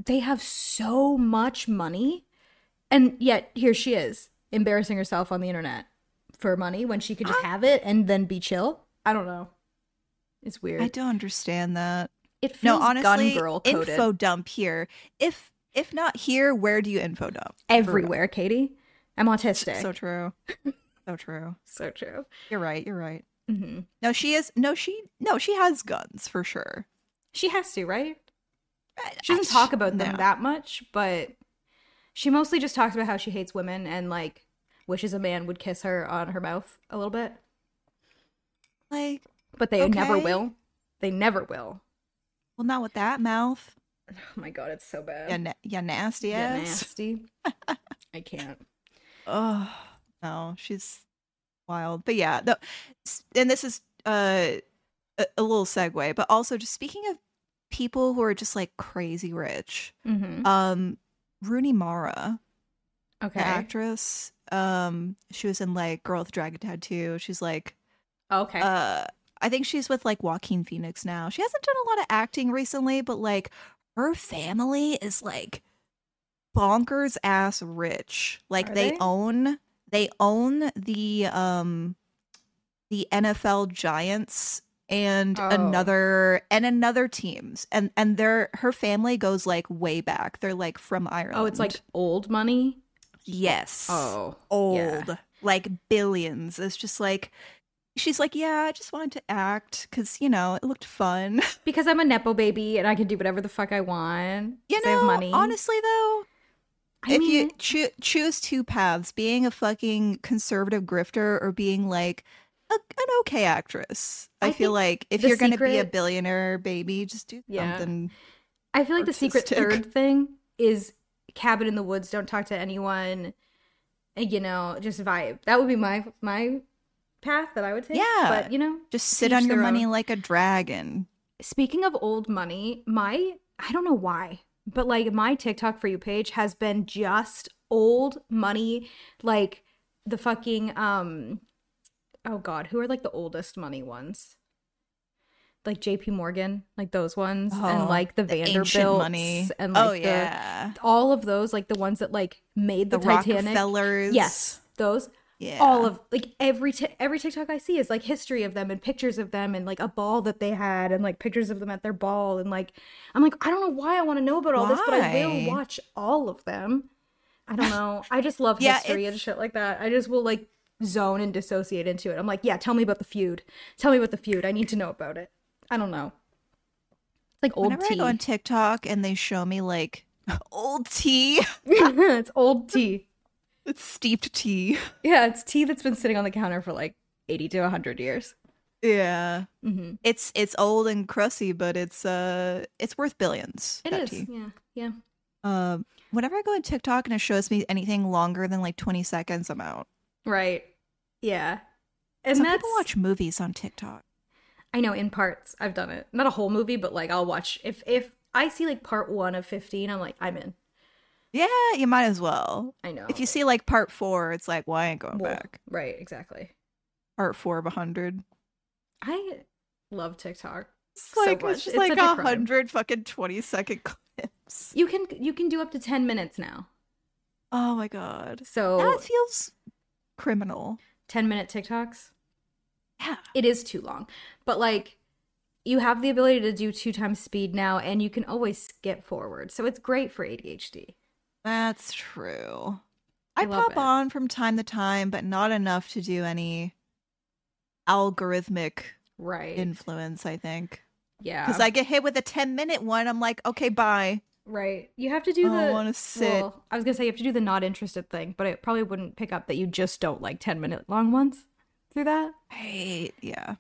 Speaker 2: they have so much money and yet here she is embarrassing herself on the internet for money when she could just have it and then be chill i don't know it's weird
Speaker 1: I don't understand that.
Speaker 2: it
Speaker 1: No,
Speaker 2: feels
Speaker 1: honestly,
Speaker 2: gun girl coded
Speaker 1: info dump here. If if not here, where do you info dump?
Speaker 2: everywhere katie i'm autistic
Speaker 1: So true. so true.
Speaker 2: so true
Speaker 1: You're right. You're right.
Speaker 2: hmm
Speaker 1: No, she is. No, she. No, she has guns for sure.
Speaker 2: she has to right
Speaker 1: I-
Speaker 2: she doesn't
Speaker 1: I-
Speaker 2: talk about them
Speaker 1: Uh, no.
Speaker 2: that much but she mostly just talks about how she hates women and like wishes a man would kiss her on her mouth a little bit
Speaker 1: Like,
Speaker 2: but they never
Speaker 1: Okay.
Speaker 2: will they never will
Speaker 1: well, not with that mouth.
Speaker 2: Oh my god, it's so bad.
Speaker 1: Yeah, na- ya nasty
Speaker 2: Yeah,
Speaker 1: ass.
Speaker 2: nasty. I can't.
Speaker 1: Oh no, she's wild. But yeah, the, s- and this is uh, a, a little segue, but also just speaking of people who are just like crazy rich.
Speaker 2: Mm-hmm.
Speaker 1: Um, Rooney Mara,
Speaker 2: Okay.
Speaker 1: the actress. Um, she was in like Girl with a Dragon Tattoo. She's like,
Speaker 2: okay.
Speaker 1: uh, I think she's with like Joaquin Phoenix now. She hasn't done a lot of acting recently, but like her family is like bonkers ass rich. Like
Speaker 2: Are
Speaker 1: they,
Speaker 2: they?
Speaker 1: own they own the um the NFL Giants and
Speaker 2: Oh.
Speaker 1: another and another teams. And and their her family goes like way back. They're like from Ireland.
Speaker 2: oh, it's like old money.
Speaker 1: yes
Speaker 2: Oh,
Speaker 1: old,
Speaker 2: yeah.
Speaker 1: like billions. It's just like she's like, yeah, I just wanted to act because you know it looked fun.
Speaker 2: Because I'm a nepo baby and I can do whatever the fuck I want.
Speaker 1: You
Speaker 2: 'cause I
Speaker 1: know,
Speaker 2: have money.
Speaker 1: honestly though,
Speaker 2: I
Speaker 1: if
Speaker 2: mean,
Speaker 1: you choo- choose two paths, being a fucking conservative grifter or being like a- an okay actress, I,
Speaker 2: I
Speaker 1: feel
Speaker 2: think
Speaker 1: like if
Speaker 2: The
Speaker 1: you're gonna be a
Speaker 2: Secret-
Speaker 1: billionaire, baby, just do
Speaker 2: Yeah.
Speaker 1: something.
Speaker 2: I feel like the secret
Speaker 1: artistic.
Speaker 2: third thing is cabin in the woods. Don't talk to anyone. and, You know, just vibe. That would be my my path that I would take.
Speaker 1: Yeah.
Speaker 2: but you know,
Speaker 1: Just sit
Speaker 2: each
Speaker 1: on your
Speaker 2: their
Speaker 1: money
Speaker 2: own.
Speaker 1: like a dragon.
Speaker 2: Speaking of old money, my I don't know why. But like my TikTok for you page has been just old money, like the fucking um oh god, who are like the oldest money ones? Like JP Morgan, like those ones, and
Speaker 1: Oh,
Speaker 2: like the,
Speaker 1: ancient
Speaker 2: Vanderbilts
Speaker 1: money.
Speaker 2: and like
Speaker 1: oh
Speaker 2: the-
Speaker 1: yeah,
Speaker 2: all of those, like the ones that like made the,
Speaker 1: the,
Speaker 2: Titanic.
Speaker 1: Rockefellers.
Speaker 2: Yes, those
Speaker 1: yeah,
Speaker 2: all of like every ti every TikTok I see is like history of them and pictures of them and like a ball that they had and like pictures of them at their ball and like I'm like I don't know why I want to know about all this but I will
Speaker 1: Why?
Speaker 2: watch all of them. I don't know. I just love
Speaker 1: Yeah,
Speaker 2: history and
Speaker 1: it's-
Speaker 2: shit like that. I just will like zone and dissociate into it. I'm like, yeah, tell me about the feud. Tell me about the feud. I need to know about it. I don't know. It's like old
Speaker 1: Whenever I
Speaker 2: tea.
Speaker 1: go on TikTok and they show me like old tea,
Speaker 2: it's old tea.
Speaker 1: it's steeped tea.
Speaker 2: Yeah, it's tea that's been sitting on the counter for like 80 to 100 years.
Speaker 1: Yeah,
Speaker 2: Mm-hmm.
Speaker 1: it's it's old and crusty, but it's uh it's worth billions.
Speaker 2: It
Speaker 1: that
Speaker 2: is.
Speaker 1: tea.
Speaker 2: Yeah. Yeah.
Speaker 1: Um, whenever I go on TikTok and it shows me anything longer than like twenty seconds, I'm out.
Speaker 2: Right. Yeah. And
Speaker 1: Some
Speaker 2: that's
Speaker 1: people watch movies on TikTok.
Speaker 2: I know in parts. I've done it. Not a whole movie, but like I'll watch if if I see like part 1 of 15, I'm like I'm in.
Speaker 1: Yeah, you might as well.
Speaker 2: I know.
Speaker 1: If you see like part four, it's like, well, I ain't going
Speaker 2: Well,
Speaker 1: back.
Speaker 2: Right, exactly.
Speaker 1: Part four of a hundred.
Speaker 2: I love TikTok.
Speaker 1: It's
Speaker 2: So
Speaker 1: like
Speaker 2: much.
Speaker 1: it's just
Speaker 2: It's
Speaker 1: like
Speaker 2: such a
Speaker 1: a
Speaker 2: crime.
Speaker 1: hundred fucking twenty second clips.
Speaker 2: You can you can do up to 10 minutes now.
Speaker 1: Oh my god.
Speaker 2: So
Speaker 1: That feels criminal.
Speaker 2: 10 minute TikToks.
Speaker 1: Yeah.
Speaker 2: It is too long. But like you have the ability to do two times speed now and you can always skip forward. So it's great for ADHD.
Speaker 1: That's true.
Speaker 2: I
Speaker 1: I,
Speaker 2: love
Speaker 1: pop
Speaker 2: it.
Speaker 1: on from time to time, but not enough to do any algorithmic
Speaker 2: Right.
Speaker 1: influence, I think.
Speaker 2: yeah.
Speaker 1: Because I get hit with a 10 minute one, I'm like, okay, bye.
Speaker 2: Right. You have to do
Speaker 1: Oh, I
Speaker 2: the.
Speaker 1: wanna sit.
Speaker 2: Well, I was gonna say you have to do the not interested thing, but it probably wouldn't pick up that you just don't like ten minute long ones. Through that,
Speaker 1: Right. Yeah.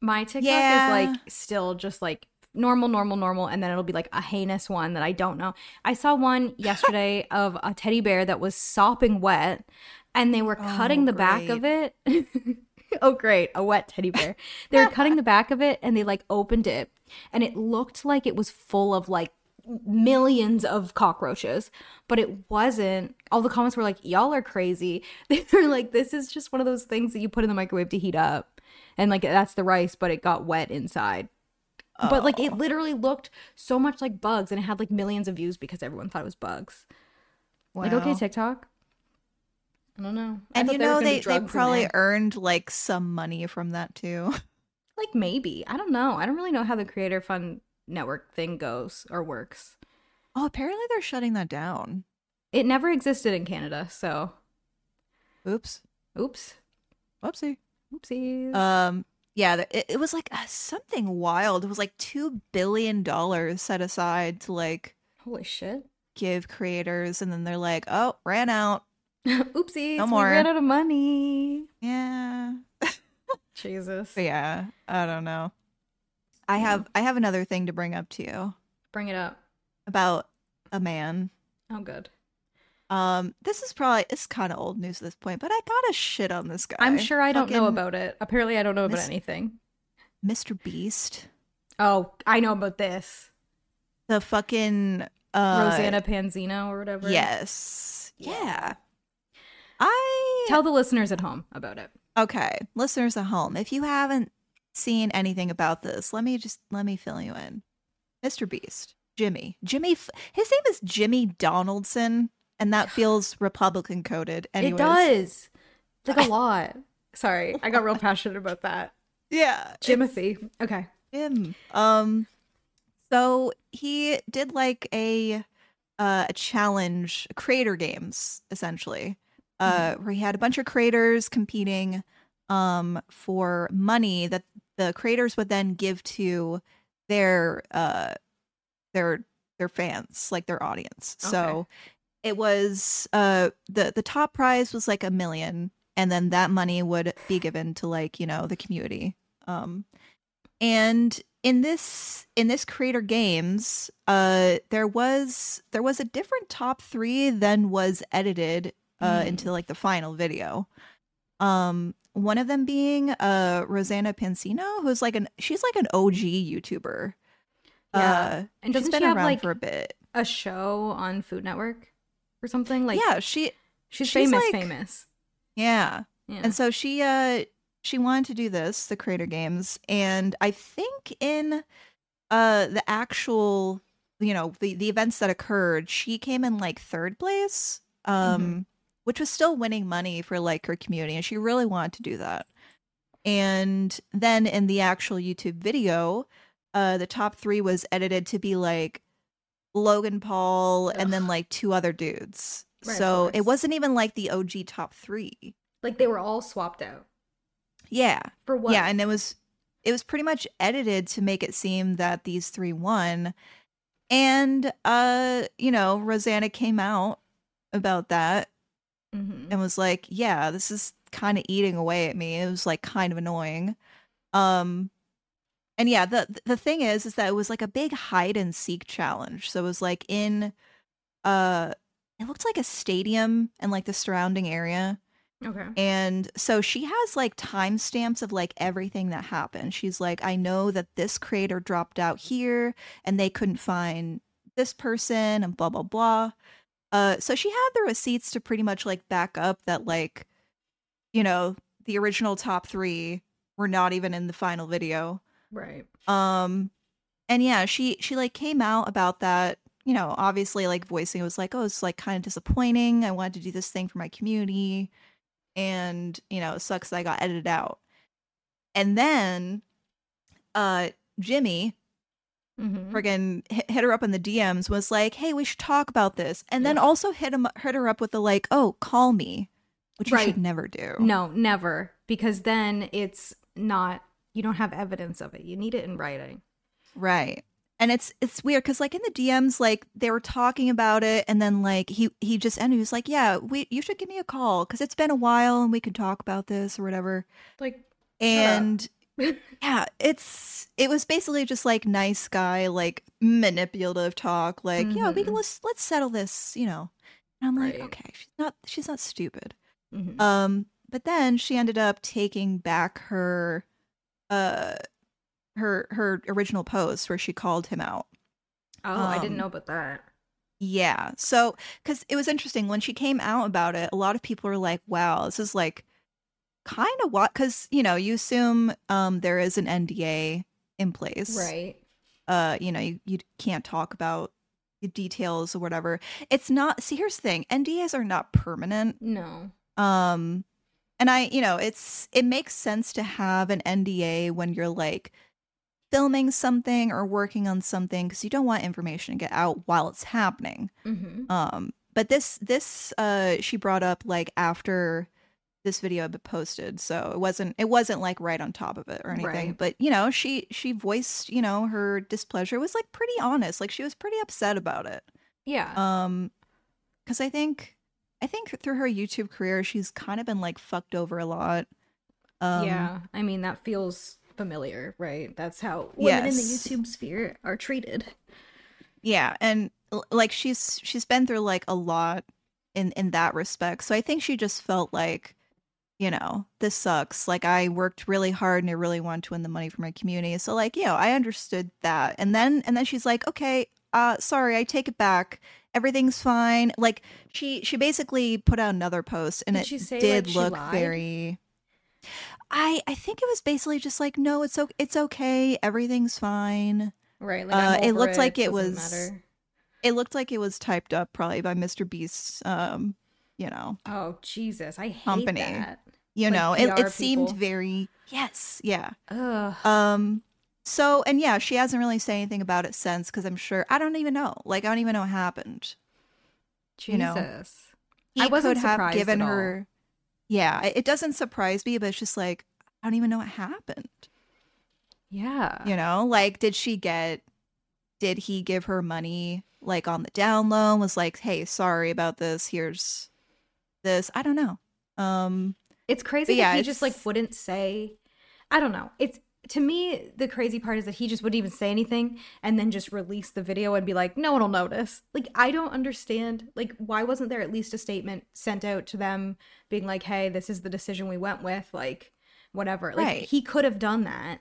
Speaker 2: my TikTok
Speaker 1: Yeah.
Speaker 2: is like still just like normal, normal, normal, and then it'll be like a heinous one that I don't know. I saw one yesterday of a teddy bear that was sopping wet, and they were cutting
Speaker 1: Oh,
Speaker 2: the back of it. oh, great, a wet teddy bear. They were cutting the back of it, and they like opened it, and it looked like it was full of like millions of cockroaches, but it wasn't. All the comments were like, "Y'all are crazy." They were like, "This is just one of those things that you put in the microwave to heat up." And like that's the rice, but it got wet inside. But like it literally looked so much like bugs and it had like millions of views because everyone thought it was bugs. Like okay,
Speaker 1: Wow.
Speaker 2: TikTok. I don't know. I
Speaker 1: And
Speaker 2: thought
Speaker 1: you
Speaker 2: there was
Speaker 1: know,
Speaker 2: gonna be
Speaker 1: they, they
Speaker 2: drugs in
Speaker 1: probably
Speaker 2: there.
Speaker 1: earned like some money from that too.
Speaker 2: like maybe. I don't know. I don't really know how the creator fund network thing goes or works.
Speaker 1: Oh, apparently they're shutting that down.
Speaker 2: It never existed in Canada, so
Speaker 1: Oops.
Speaker 2: oops.
Speaker 1: Whoopsie.
Speaker 2: Oopsies.
Speaker 1: Um, yeah, th- it, it was like uh, something wild. It was like two billion dollars set aside to like
Speaker 2: Holy shit.
Speaker 1: give creators, and then they're like, "Oh, ran out."
Speaker 2: Oopsies.
Speaker 1: No
Speaker 2: We
Speaker 1: more.
Speaker 2: ran out of money.
Speaker 1: Yeah,
Speaker 2: Jesus.
Speaker 1: But yeah. I don't know. I
Speaker 2: Yeah.
Speaker 1: have I have another thing to bring up to you
Speaker 2: Bring it up.
Speaker 1: about a man.
Speaker 2: Oh, good.
Speaker 1: Um, this is probably it's kind of old news at this point, but I gotta shit on this guy.
Speaker 2: I'm sure I don't know
Speaker 1: Fucking
Speaker 2: about it. Apparently, I don't know about
Speaker 1: Miss-
Speaker 2: anything.
Speaker 1: Mr. Beast,
Speaker 2: Oh, I know about this.
Speaker 1: the fucking uh,
Speaker 2: Rosanna Panzino or whatever.
Speaker 1: Yes,
Speaker 2: Yeah.
Speaker 1: yeah. I
Speaker 2: Tell the listeners at home about it.
Speaker 1: Okay, listeners at home, if you haven't seen anything about this, let me just let me fill you in. Mr. Beast, Jimmy, Jimmy, F- his name is Jimmy Donaldson, and that feels Republican coded. Anyways,
Speaker 2: It does. It's like a lot. Sorry, I got real passionate about that.
Speaker 1: Yeah,
Speaker 2: Jimothy. Okay.
Speaker 1: him. Um, so he did like a uh, a challenge, creator games essentially, uh, where he had a bunch of creators competing um for money that the creators would then give to their uh their their fans, like their audience. So it was uh the the top prize was like a million and then that money would be given to like, you know, the community. Um and in this in this creator games uh there was there was a different top three than was edited uh
Speaker 2: Mm.
Speaker 1: into like the final video um one of them being uh rosanna pansino who's like an she's like an og youtuber Uh,
Speaker 2: Yeah.
Speaker 1: she's
Speaker 2: And doesn't
Speaker 1: been
Speaker 2: she have
Speaker 1: around
Speaker 2: like
Speaker 1: for a bit.
Speaker 2: a show on Food Network or something? Like
Speaker 1: yeah, she
Speaker 2: she's,
Speaker 1: she's,
Speaker 2: famous,
Speaker 1: like-
Speaker 2: famous.
Speaker 1: yeah.
Speaker 2: Yeah.
Speaker 1: And so she uh she wanted to do this, the creator games, and I think in uh the actual you know, the the events that occurred, she came in like third place.
Speaker 2: Mm-hmm.
Speaker 1: Um which was still winning money for like her community and she really wanted to do that. And then in the actual YouTube video, uh the top 3 was edited to be like Logan Paul and then
Speaker 2: Ugh.
Speaker 1: like two other dudes.
Speaker 2: Right, of
Speaker 1: so it
Speaker 2: course.
Speaker 1: wasn't even like the OG top 3.
Speaker 2: like they were all swapped out.
Speaker 1: Yeah.
Speaker 2: For what?
Speaker 1: Yeah, and it was it was pretty much edited to make it seem that these three won. And uh, you know, Rosanna came out about that
Speaker 2: Mhm.
Speaker 1: and was like, "Yeah, this is kind of eating away at me." It was like kind of annoying. Um and yeah, the the thing is is that it was like a big hide and seek challenge. So it was like in uh it looked like a stadium and like the surrounding area.
Speaker 2: Okay.
Speaker 1: And so she has like timestamps of like everything that happened. She's like, I know that this creator dropped out here and they couldn't find this person and blah, blah, blah. Uh, so she had the receipts to pretty much like back up that, like, you know, the original top three were not even in the final video
Speaker 2: Right.
Speaker 1: um and yeah she she like came out about that you know obviously like voicing it was like oh it's like kind of disappointing i wanted to do this thing for my community and you know it sucks that i got edited out and then uh jimmy
Speaker 2: Mhm.
Speaker 1: friggin hit, hit her up in the dms was like hey we should talk about this and then
Speaker 2: Ugh.
Speaker 1: also hit him hit her up with the like oh call me which you
Speaker 2: Right.
Speaker 1: should never do
Speaker 2: No, never. Because then it's not, you don't have evidence of it. You need it in writing.
Speaker 1: Right. And it's it's weird because like in the DMs, like they were talking about it, and then like he he just ended. He was like, "Yeah, we you should give me a call because it's been a while and we can talk about this or whatever."
Speaker 2: Like,
Speaker 1: And
Speaker 2: Shut up.
Speaker 1: yeah, it's it was basically just like nice guy, like manipulative talk. Like, yeah, we can
Speaker 2: Mhm.
Speaker 1: let's let's settle this, you know. And I'm like,
Speaker 2: Right.
Speaker 1: okay, she's not she's not stupid.
Speaker 2: mhm.
Speaker 1: Um, but then she ended up taking back her, uh, her her original post where she called him out.
Speaker 2: oh, I didn't
Speaker 1: um,
Speaker 2: know about that.
Speaker 1: Yeah. So, because it was interesting when she came out about it, a lot of people were like, wow, this is like kind of what, because, you know, you assume um, there is an NDA in place.
Speaker 2: Right.
Speaker 1: Uh, you know, you, you can't talk about the details or whatever. It's not, see, here's the thing NDAs are not permanent.
Speaker 2: No.
Speaker 1: Um, and I, you know, it's, it makes sense to have an NDA when you're like, filming something or working on something because you don't want information to get out while it's happening
Speaker 2: Mm-hmm.
Speaker 1: um but this this uh she brought up like after this video had been posted so it wasn't it wasn't like right on top of it or anything
Speaker 2: Right.
Speaker 1: but you know she she voiced you know her displeasure it was like pretty honest like she was pretty upset about it
Speaker 2: Yeah.
Speaker 1: um because i think i think through her youtube career she's kind of been like fucked over a lot um
Speaker 2: yeah. I mean, that feels familiar, right? That's how women in the
Speaker 1: Yes.
Speaker 2: YouTube sphere are treated.
Speaker 1: yeah and l- like she's she's been through like a lot in in that respect so i think she just felt like you know this sucks like i worked really hard and i really wanted to win the money for my community so like you know i understood that and then and then she's like okay uh sorry i take it back everything's fine like she she basically put out another post and
Speaker 2: Did
Speaker 1: it
Speaker 2: she say, like,
Speaker 1: did
Speaker 2: she
Speaker 1: look
Speaker 2: lied?
Speaker 1: very i i think it was basically just like no it's okay it's okay everything's fine
Speaker 2: Right.
Speaker 1: Uh,
Speaker 2: I'm
Speaker 1: it
Speaker 2: over
Speaker 1: looked like it
Speaker 2: doesn't
Speaker 1: was-
Speaker 2: matter.
Speaker 1: it looked like it was typed up probably by Mr. Beast's um you know
Speaker 2: Oh, Jesus. I hate
Speaker 1: company.
Speaker 2: that.
Speaker 1: you
Speaker 2: Like
Speaker 1: know it,
Speaker 2: PR
Speaker 1: it seemed
Speaker 2: people.
Speaker 1: very yes yeah
Speaker 2: Ugh.
Speaker 1: um so and yeah she hasn't really said anything about it since because I'm sure I don't even know like I don't even know what happened
Speaker 2: Jesus.
Speaker 1: you know,
Speaker 2: I wasn't
Speaker 1: could have
Speaker 2: surprised
Speaker 1: given
Speaker 2: at all.
Speaker 1: her yeah it, it doesn't surprise me but it's just like I don't even know what happened
Speaker 2: Yeah.
Speaker 1: you know like did she get did he give her money like on the down low was like hey sorry about this here's this I don't know um
Speaker 2: It's
Speaker 1: But
Speaker 2: crazy
Speaker 1: yeah,
Speaker 2: that he just like
Speaker 1: it's-
Speaker 2: wouldn't say. I don't know. It's to me the crazy part is that he just wouldn't even say anything and then just release the video and be like, no one will notice. Like I don't understand. Like why wasn't there at least a statement sent out to them being like, hey, this is the decision we went with, like whatever. Like
Speaker 1: Right.
Speaker 2: he could have done that.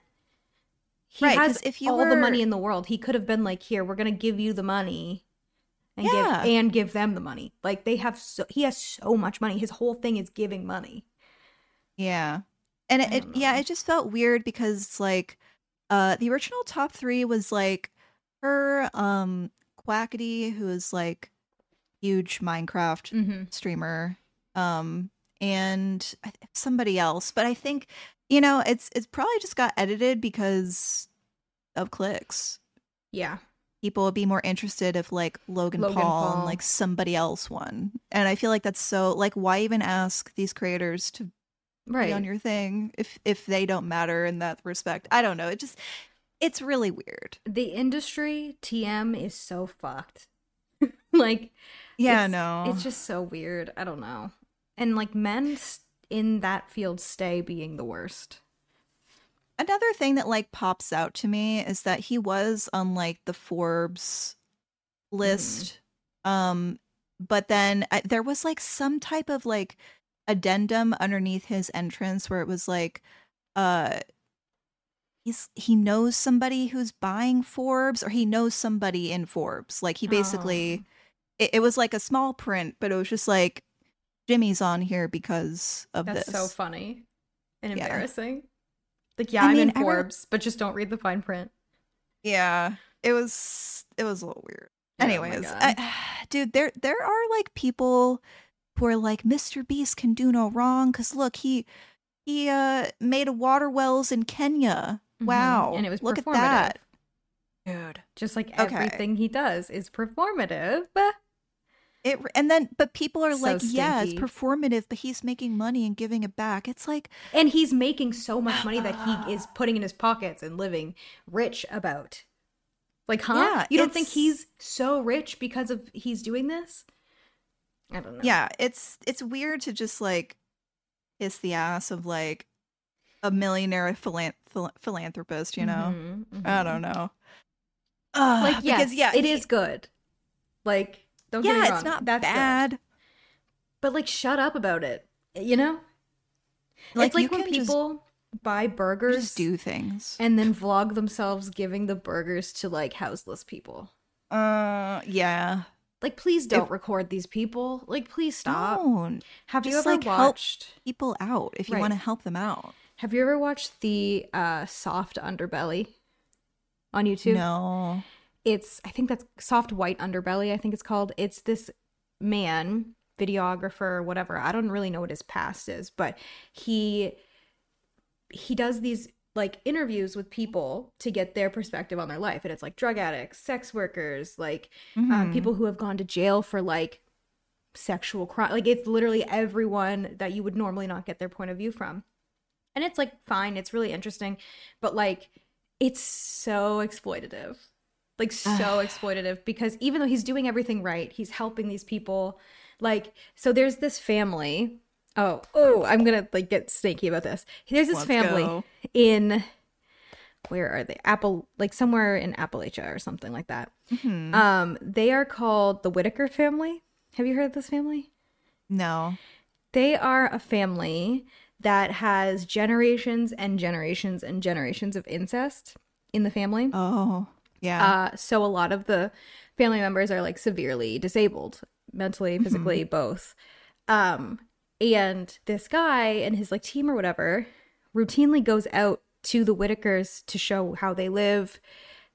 Speaker 2: He
Speaker 1: Right, 'cause
Speaker 2: has
Speaker 1: if you
Speaker 2: all
Speaker 1: were-
Speaker 2: the money in the world. He could have been like, "Here, we're gonna give you the money, and
Speaker 1: Yeah.
Speaker 2: give and give them the money." Like they have so he has so much money. His whole thing is giving money.
Speaker 1: Yeah. And it,
Speaker 2: I
Speaker 1: it
Speaker 2: don't
Speaker 1: yeah,
Speaker 2: know.
Speaker 1: it just felt weird because like uh the original top 3 was like her um Quackity who is like huge Minecraft
Speaker 2: Mm-hmm.
Speaker 1: streamer um and I th- somebody else, but I think you know, it's it's probably just got edited because of clicks.
Speaker 2: Yeah,
Speaker 1: People would be more interested if like Logan,
Speaker 2: Logan
Speaker 1: Paul and
Speaker 2: Paul.
Speaker 1: like somebody else won. And I feel like that's so like why even ask these creators to
Speaker 2: right.
Speaker 1: be on your thing if if they don't matter in that respect. I don't know. It just it's really weird.
Speaker 2: the industry TM is so fucked. like
Speaker 1: Yeah,
Speaker 2: it's,
Speaker 1: no.
Speaker 2: it's just so weird. I don't know. And like men s- in that field stay being the worst.
Speaker 1: Another thing that like pops out to me is that he was on like the Forbes list. Um but then I, there was like some type of like addendum underneath his entrance where it was like uh he's he knows somebody who's buying Forbes or he knows somebody in Forbes. Like he basically
Speaker 2: Um,
Speaker 1: it, it was like a small print, but it was just like Jimmy's on here because of
Speaker 2: that's
Speaker 1: this.
Speaker 2: so funny and
Speaker 1: Yeah.
Speaker 2: embarrassing. Like yeah,
Speaker 1: I
Speaker 2: I am
Speaker 1: mean,
Speaker 2: in
Speaker 1: every-
Speaker 2: Forbes, but just don't read the fine print. Mm-hmm.
Speaker 1: yeah, it was it was a little weird.
Speaker 2: Oh my
Speaker 1: Anyways,
Speaker 2: God.
Speaker 1: I, dude, there there are like people who are like Mr. Beast can do no wrong because look he he uh made a water wells in Kenya.
Speaker 2: Mhm.
Speaker 1: Wow,
Speaker 2: and it was
Speaker 1: look at
Speaker 2: performative.
Speaker 1: that, dude.
Speaker 2: Just like
Speaker 1: Okay.
Speaker 2: everything he does is performative.
Speaker 1: It and then but people are
Speaker 2: So
Speaker 1: like, yeah, it's
Speaker 2: stinky.
Speaker 1: performative, but he's making money and giving it back. It's like
Speaker 2: And he's making so much money that he is putting in his pockets and living rich about. Like, huh?
Speaker 1: Yeah,
Speaker 2: you don't think
Speaker 1: it's-
Speaker 2: he's so rich because of he's doing this? I don't know.
Speaker 1: yeah it's it's weird to just like kiss the ass of like a millionaire philan- phil- philanthropist you know
Speaker 2: Mhm,
Speaker 1: i
Speaker 2: mhm.
Speaker 1: don't know Ugh,
Speaker 2: Like, yes,
Speaker 1: because yeah
Speaker 2: it
Speaker 1: he-
Speaker 2: is good. Like, don't get me
Speaker 1: yeah
Speaker 2: wrong,
Speaker 1: it's not
Speaker 2: that's good.
Speaker 1: bad
Speaker 2: But like, shut up about it. You know, it's
Speaker 1: you
Speaker 2: like when
Speaker 1: can just-
Speaker 2: people buy
Speaker 1: you
Speaker 2: burgers
Speaker 1: just, do things
Speaker 2: and then vlog themselves giving the burgers to like houseless people.
Speaker 1: uh yeah
Speaker 2: Like, please don't record these people. Like, please stop.
Speaker 1: Don't.
Speaker 2: Have you
Speaker 1: Just,
Speaker 2: ever
Speaker 1: like, help-
Speaker 2: watched?
Speaker 1: people out if you
Speaker 2: Right.
Speaker 1: want to help them out
Speaker 2: Have you ever watched the uh, soft underbelly on YouTube?
Speaker 1: no
Speaker 2: It's I think that's soft white underbelly. I think it's called. It's this man videographer, whatever. I don't really know what his past is, but he he does these like interviews with people to get their perspective on their life, and it's like drug addicts, sex workers, like um,
Speaker 1: Mhm.
Speaker 2: people who have gone to jail for like sexual crime. Like it's literally everyone that you would normally not get their point of view from. And it's like fine, it's really interesting, but like it's so exploitative. Like so exploitative because even though he's doing everything right, he's helping these people. Like so there's this family. Oh, oh, I'm going to like get sneaky about this. There's this
Speaker 1: Let's
Speaker 2: family
Speaker 1: go.
Speaker 2: in where are they? Apple like somewhere in Appalachia or something like that.
Speaker 1: Mhm.
Speaker 2: Um, they are called the Whitaker family. Have you heard of this family?
Speaker 1: no
Speaker 2: They are a family that has generations and generations and generations of incest in the family.
Speaker 1: oh yeah
Speaker 2: Uh, so a lot of the family members are like severely disabled, mentally, physically, both. Um, and this guy and his like team or whatever routinely goes out to the Whitakers to show how they live,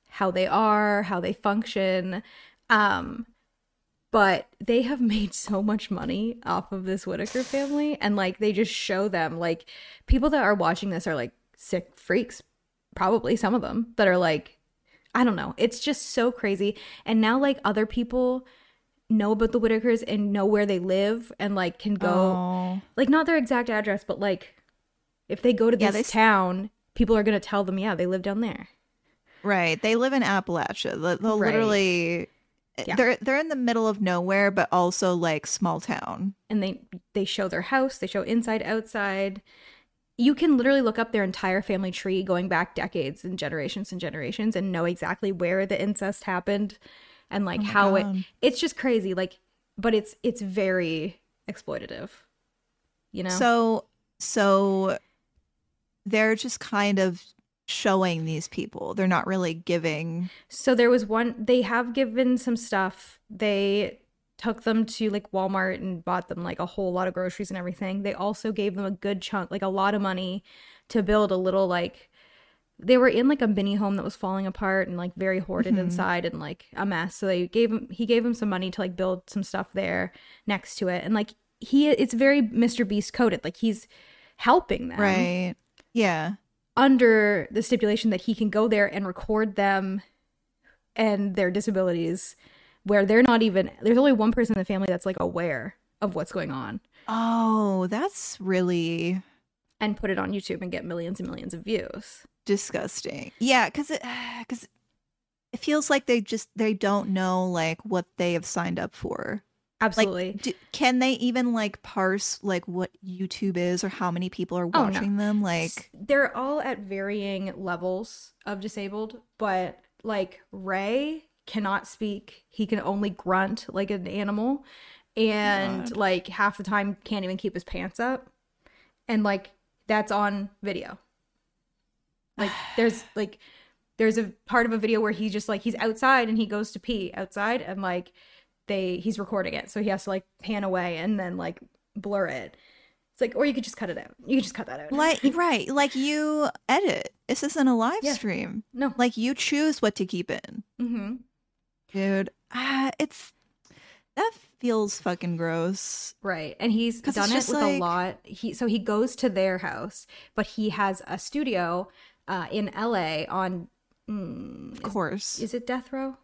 Speaker 2: how they are, how they function. Um, but they have made so much money off of this Whitaker family. And like they just show them, like, people that are watching this are like sick freaks, probably some of them that are like, I don't know. It's just so crazy. And now, like, other people know about the Whitakers and know where they live and like can go
Speaker 1: oh
Speaker 2: like not their exact address, but like if they go to
Speaker 1: Yeah,
Speaker 2: this
Speaker 1: they s-
Speaker 2: town, people are gonna tell them, yeah, they live down there.
Speaker 1: Right. They live in Appalachia. They'll, they'll
Speaker 2: Right.
Speaker 1: literally eh,
Speaker 2: Yeah.
Speaker 1: they're they're in the middle of nowhere, but also like small town.
Speaker 2: And they they show their house, they show inside, outside. You can literally look up their entire family tree going back decades and generations and generations and know exactly where the incest happened and like
Speaker 1: Oh my
Speaker 2: how
Speaker 1: God.
Speaker 2: it it's just crazy. Like but it's it's very exploitative. You know?
Speaker 1: So so they're just kind of showing these people. They're not really giving.
Speaker 2: So there was one they have given some stuff. They took them to like Walmart and bought them like a whole lot of groceries and everything. They also gave them a good chunk, like a lot of money to build a little like they were in like a mini home that was falling apart and like very hoarded
Speaker 1: Mhm.
Speaker 2: inside and like a mess. So they gave him he gave him some money to like build some stuff there next to it. And like he it's very Mr. Beast coded. Like he's helping them
Speaker 1: right. Yeah.
Speaker 2: under the stipulation that he can go there and record them and their disabilities where they're not even there's only one person in the family that's like aware of what's going on
Speaker 1: Oh, that's really
Speaker 2: and put it on YouTube and get millions and millions of views.
Speaker 1: disgusting. Yeah, because it because it feels like they just they don't know like what they have signed up for.
Speaker 2: Absolutely.
Speaker 1: Do, can they even like parse like what YouTube is or how many people are
Speaker 2: no.
Speaker 1: watching them? Like,
Speaker 2: they're all at varying levels of disabled, but like Ray cannot speak. He can only grunt like an animal and
Speaker 1: God.
Speaker 2: like half the time can't even keep his pants up. And like that's on video. Like there's like there's a part of a video where he just like he's outside and he goes to pee outside and like they he's recording it. So he has to like pan away and then like blur it. It's like or you could just cut it out. You could just cut that out.
Speaker 1: like right, like you edit. This isn't a live
Speaker 2: Yeah.
Speaker 1: stream.
Speaker 2: no.
Speaker 1: Like you choose what to keep in,
Speaker 2: Mm-hmm.
Speaker 1: dude. Ah, it's that feels fucking gross.
Speaker 2: Right. And he's
Speaker 1: 'Cause it's
Speaker 2: done it
Speaker 1: just
Speaker 2: with a
Speaker 1: like-
Speaker 2: lot. He so he goes to their house, but he has a studio uh, in LA on mm,
Speaker 1: Of course,
Speaker 2: is it Death Row?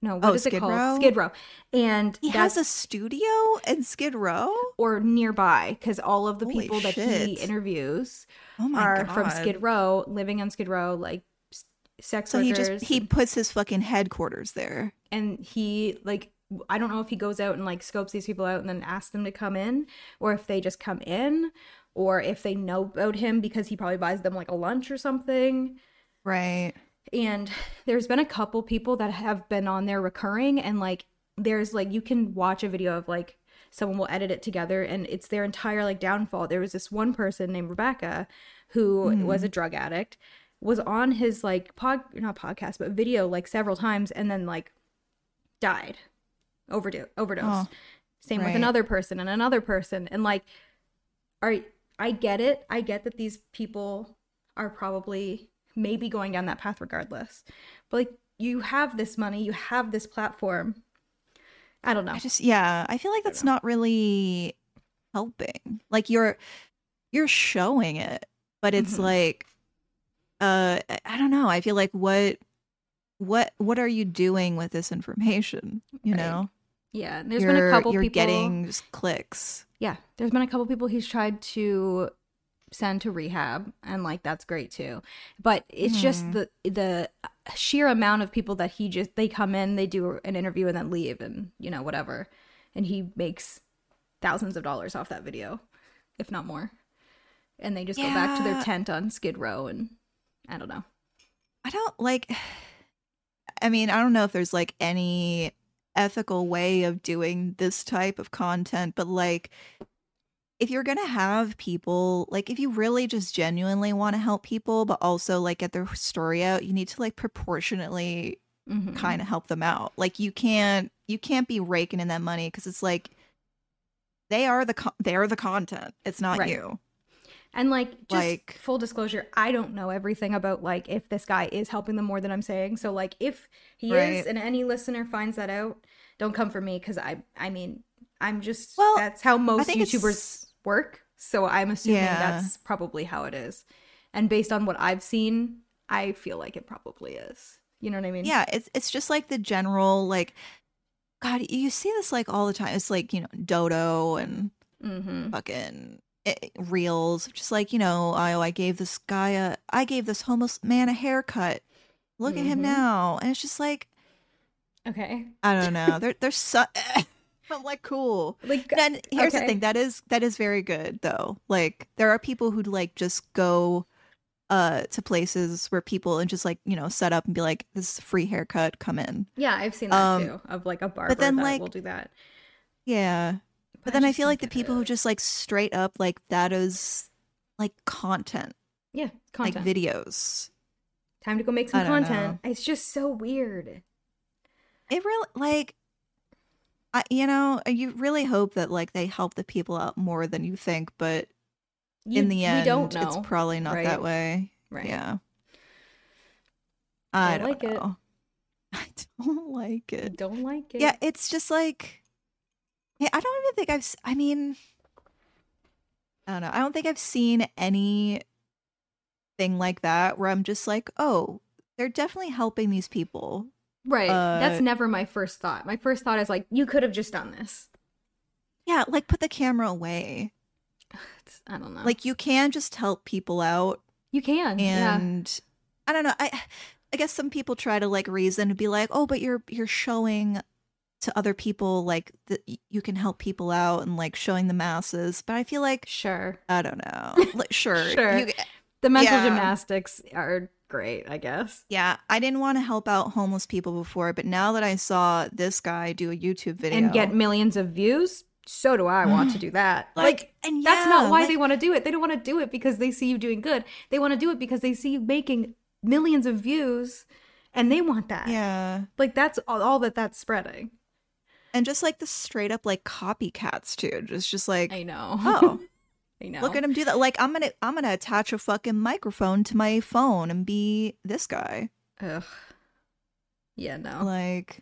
Speaker 2: No,
Speaker 1: Oh,
Speaker 2: what is it
Speaker 1: Skid
Speaker 2: called?
Speaker 1: Row?
Speaker 2: Skid Row. And
Speaker 1: he
Speaker 2: that's
Speaker 1: has a studio in Skid Row.
Speaker 2: or nearby because all of the
Speaker 1: Holy
Speaker 2: people that he
Speaker 1: shit.
Speaker 2: interviews
Speaker 1: Oh my
Speaker 2: are
Speaker 1: god,
Speaker 2: from Skid Row, living on Skid Row, like s- sex
Speaker 1: So he
Speaker 2: workers.
Speaker 1: just he puts his fucking headquarters there.
Speaker 2: and he like I don't know if he goes out and like scopes these people out and then asks them to come in, or if they just come in, or if they know about him because he probably buys them like a lunch or something.
Speaker 1: Right.
Speaker 2: And there's been a couple people that have been on there recurring, and like there's like you can watch a video of like someone will edit it together, and it's their entire like downfall. There was this one person named Rebecca who
Speaker 1: Mhm.
Speaker 2: was a drug addict, was on his like pod not podcast but video like several times, and then like died, overdose,
Speaker 1: Oh,
Speaker 2: overdosed. Same with
Speaker 1: right.
Speaker 2: another person and another person, and like, are I get it? I get that these people are probably maybe going down that path regardless. But like you have this money, you have this platform. I don't know.
Speaker 1: I just yeah, I feel like that's not really helping. Like you're you're showing it, but it's
Speaker 2: Mhm.
Speaker 1: like uh I- I don't know. I feel like what what what are you doing with this information? You
Speaker 2: Right.
Speaker 1: know,
Speaker 2: yeah, and there's
Speaker 1: you're,
Speaker 2: been a couple
Speaker 1: you're
Speaker 2: people
Speaker 1: getting just clicks.
Speaker 2: Yeah, there's been a couple people he's tried to send to rehab and like that's great too. But it's just
Speaker 1: Mhm.
Speaker 2: the the sheer amount of people that he just they come in, they do an interview and then leave and you know whatever. And he makes thousands of dollars off that video, if not more. And they just go back to their
Speaker 1: Yeah.
Speaker 2: tent on Skid Row and I don't know.
Speaker 1: I don't like. I mean, I don't know if there's like any ethical way of doing this type of content, but like, if you're gonna have people, like, if you really just genuinely want to help people, but also like get their story out, you need to like proportionately
Speaker 2: Mhm.
Speaker 1: kind of help them out. Like, you can't you can't be raking in that money because it's like they are the con- they are the content. It's not
Speaker 2: Right.
Speaker 1: you.
Speaker 2: And like, just
Speaker 1: Like-
Speaker 2: full disclosure, I don't know everything about like if this guy is helping them more than I'm saying. So like, if he is,
Speaker 1: Right.
Speaker 2: and any listener finds that out, don't come for me because I, I mean, I'm just
Speaker 1: Well,
Speaker 2: that's how most
Speaker 1: think it's-
Speaker 2: YouTubers work. So I'm assuming
Speaker 1: Yeah.
Speaker 2: that's probably how it is. And based on what I've seen, I feel like it probably is. You know what I mean?
Speaker 1: Yeah, it's it's just like the general like God, you see this like all the time. It's like, you know, Dodo and
Speaker 2: Mm-hmm.
Speaker 1: fucking eh, reels. Just like, you know, I, oh, I gave this guy a I gave this homeless man a haircut. Look at
Speaker 2: Mhm.
Speaker 1: him now. And it's just like,
Speaker 2: Okay.
Speaker 1: I don't know. There there's so I'm like cool.
Speaker 2: Like,
Speaker 1: And here's
Speaker 2: okay.
Speaker 1: the thing, that is that is very good though. Like there are people who like just go uh to places where people and just like, you know, set up and be like, this is a free haircut, come in.
Speaker 2: yeah, I've seen that
Speaker 1: um,
Speaker 2: too of like a barber
Speaker 1: then,
Speaker 2: that
Speaker 1: like-
Speaker 2: will do that.
Speaker 1: Yeah. But then I
Speaker 2: just
Speaker 1: feel
Speaker 2: don't
Speaker 1: like the
Speaker 2: get
Speaker 1: people
Speaker 2: it.
Speaker 1: who just like straight up like that is like content.
Speaker 2: Yeah, content.
Speaker 1: like videos.
Speaker 2: Time to go make some
Speaker 1: I don't
Speaker 2: content. It's just so weird.
Speaker 1: It really like I you know, you really hope that like they help the people out more than you think, but
Speaker 2: You,
Speaker 1: in the end
Speaker 2: we don't know.
Speaker 1: it's probably not
Speaker 2: right?
Speaker 1: that way.
Speaker 2: right.
Speaker 1: Yeah. I don't
Speaker 2: Don't like it.
Speaker 1: know. I don't like it.
Speaker 2: Don't like it.
Speaker 1: Yeah, it's just like yeah, I don't even think I've s- I mean I don't know. I don't think I've seen any thing like that where I'm just like, "Oh, they're definitely helping these people."
Speaker 2: Right. That's
Speaker 1: Uh,
Speaker 2: never my first thought. My first thought is like, you could have just done this.
Speaker 1: Yeah, like put the camera away.
Speaker 2: It's, I don't know.
Speaker 1: Like you can just help people out
Speaker 2: you can. yeah.
Speaker 1: and I don't know. I I guess some people try to like reason and be like, "Oh, but you're you're showing to other people like that y- you can help people out and like showing the masses." But I feel like
Speaker 2: Sure.
Speaker 1: I don't know. Like, sure.
Speaker 2: Sure.
Speaker 1: You-
Speaker 2: The mental
Speaker 1: Yeah.
Speaker 2: gymnastics are great, I guess.
Speaker 1: yeah. I didn't want to help out homeless people before, but now that I saw this guy do a YouTube video Mm.
Speaker 2: And get millions of views. So do I want to do that.
Speaker 1: like,
Speaker 2: Like,
Speaker 1: and
Speaker 2: that's not
Speaker 1: yeah,
Speaker 2: why
Speaker 1: like-
Speaker 2: they want to do it. They don't want to do it because they see you doing good. They want to do it because they see you making millions of views and they want that.
Speaker 1: Yeah.
Speaker 2: Like that's all, all that that's spreading.
Speaker 1: And just like the straight up like copycats too. Just just like,
Speaker 2: I know.
Speaker 1: "Oh,
Speaker 2: I know.
Speaker 1: Look at him do that. Like I'm gonna I'm gonna attach a fucking microphone to my phone and be this guy.
Speaker 2: Ugh. Yeah, no.
Speaker 1: Like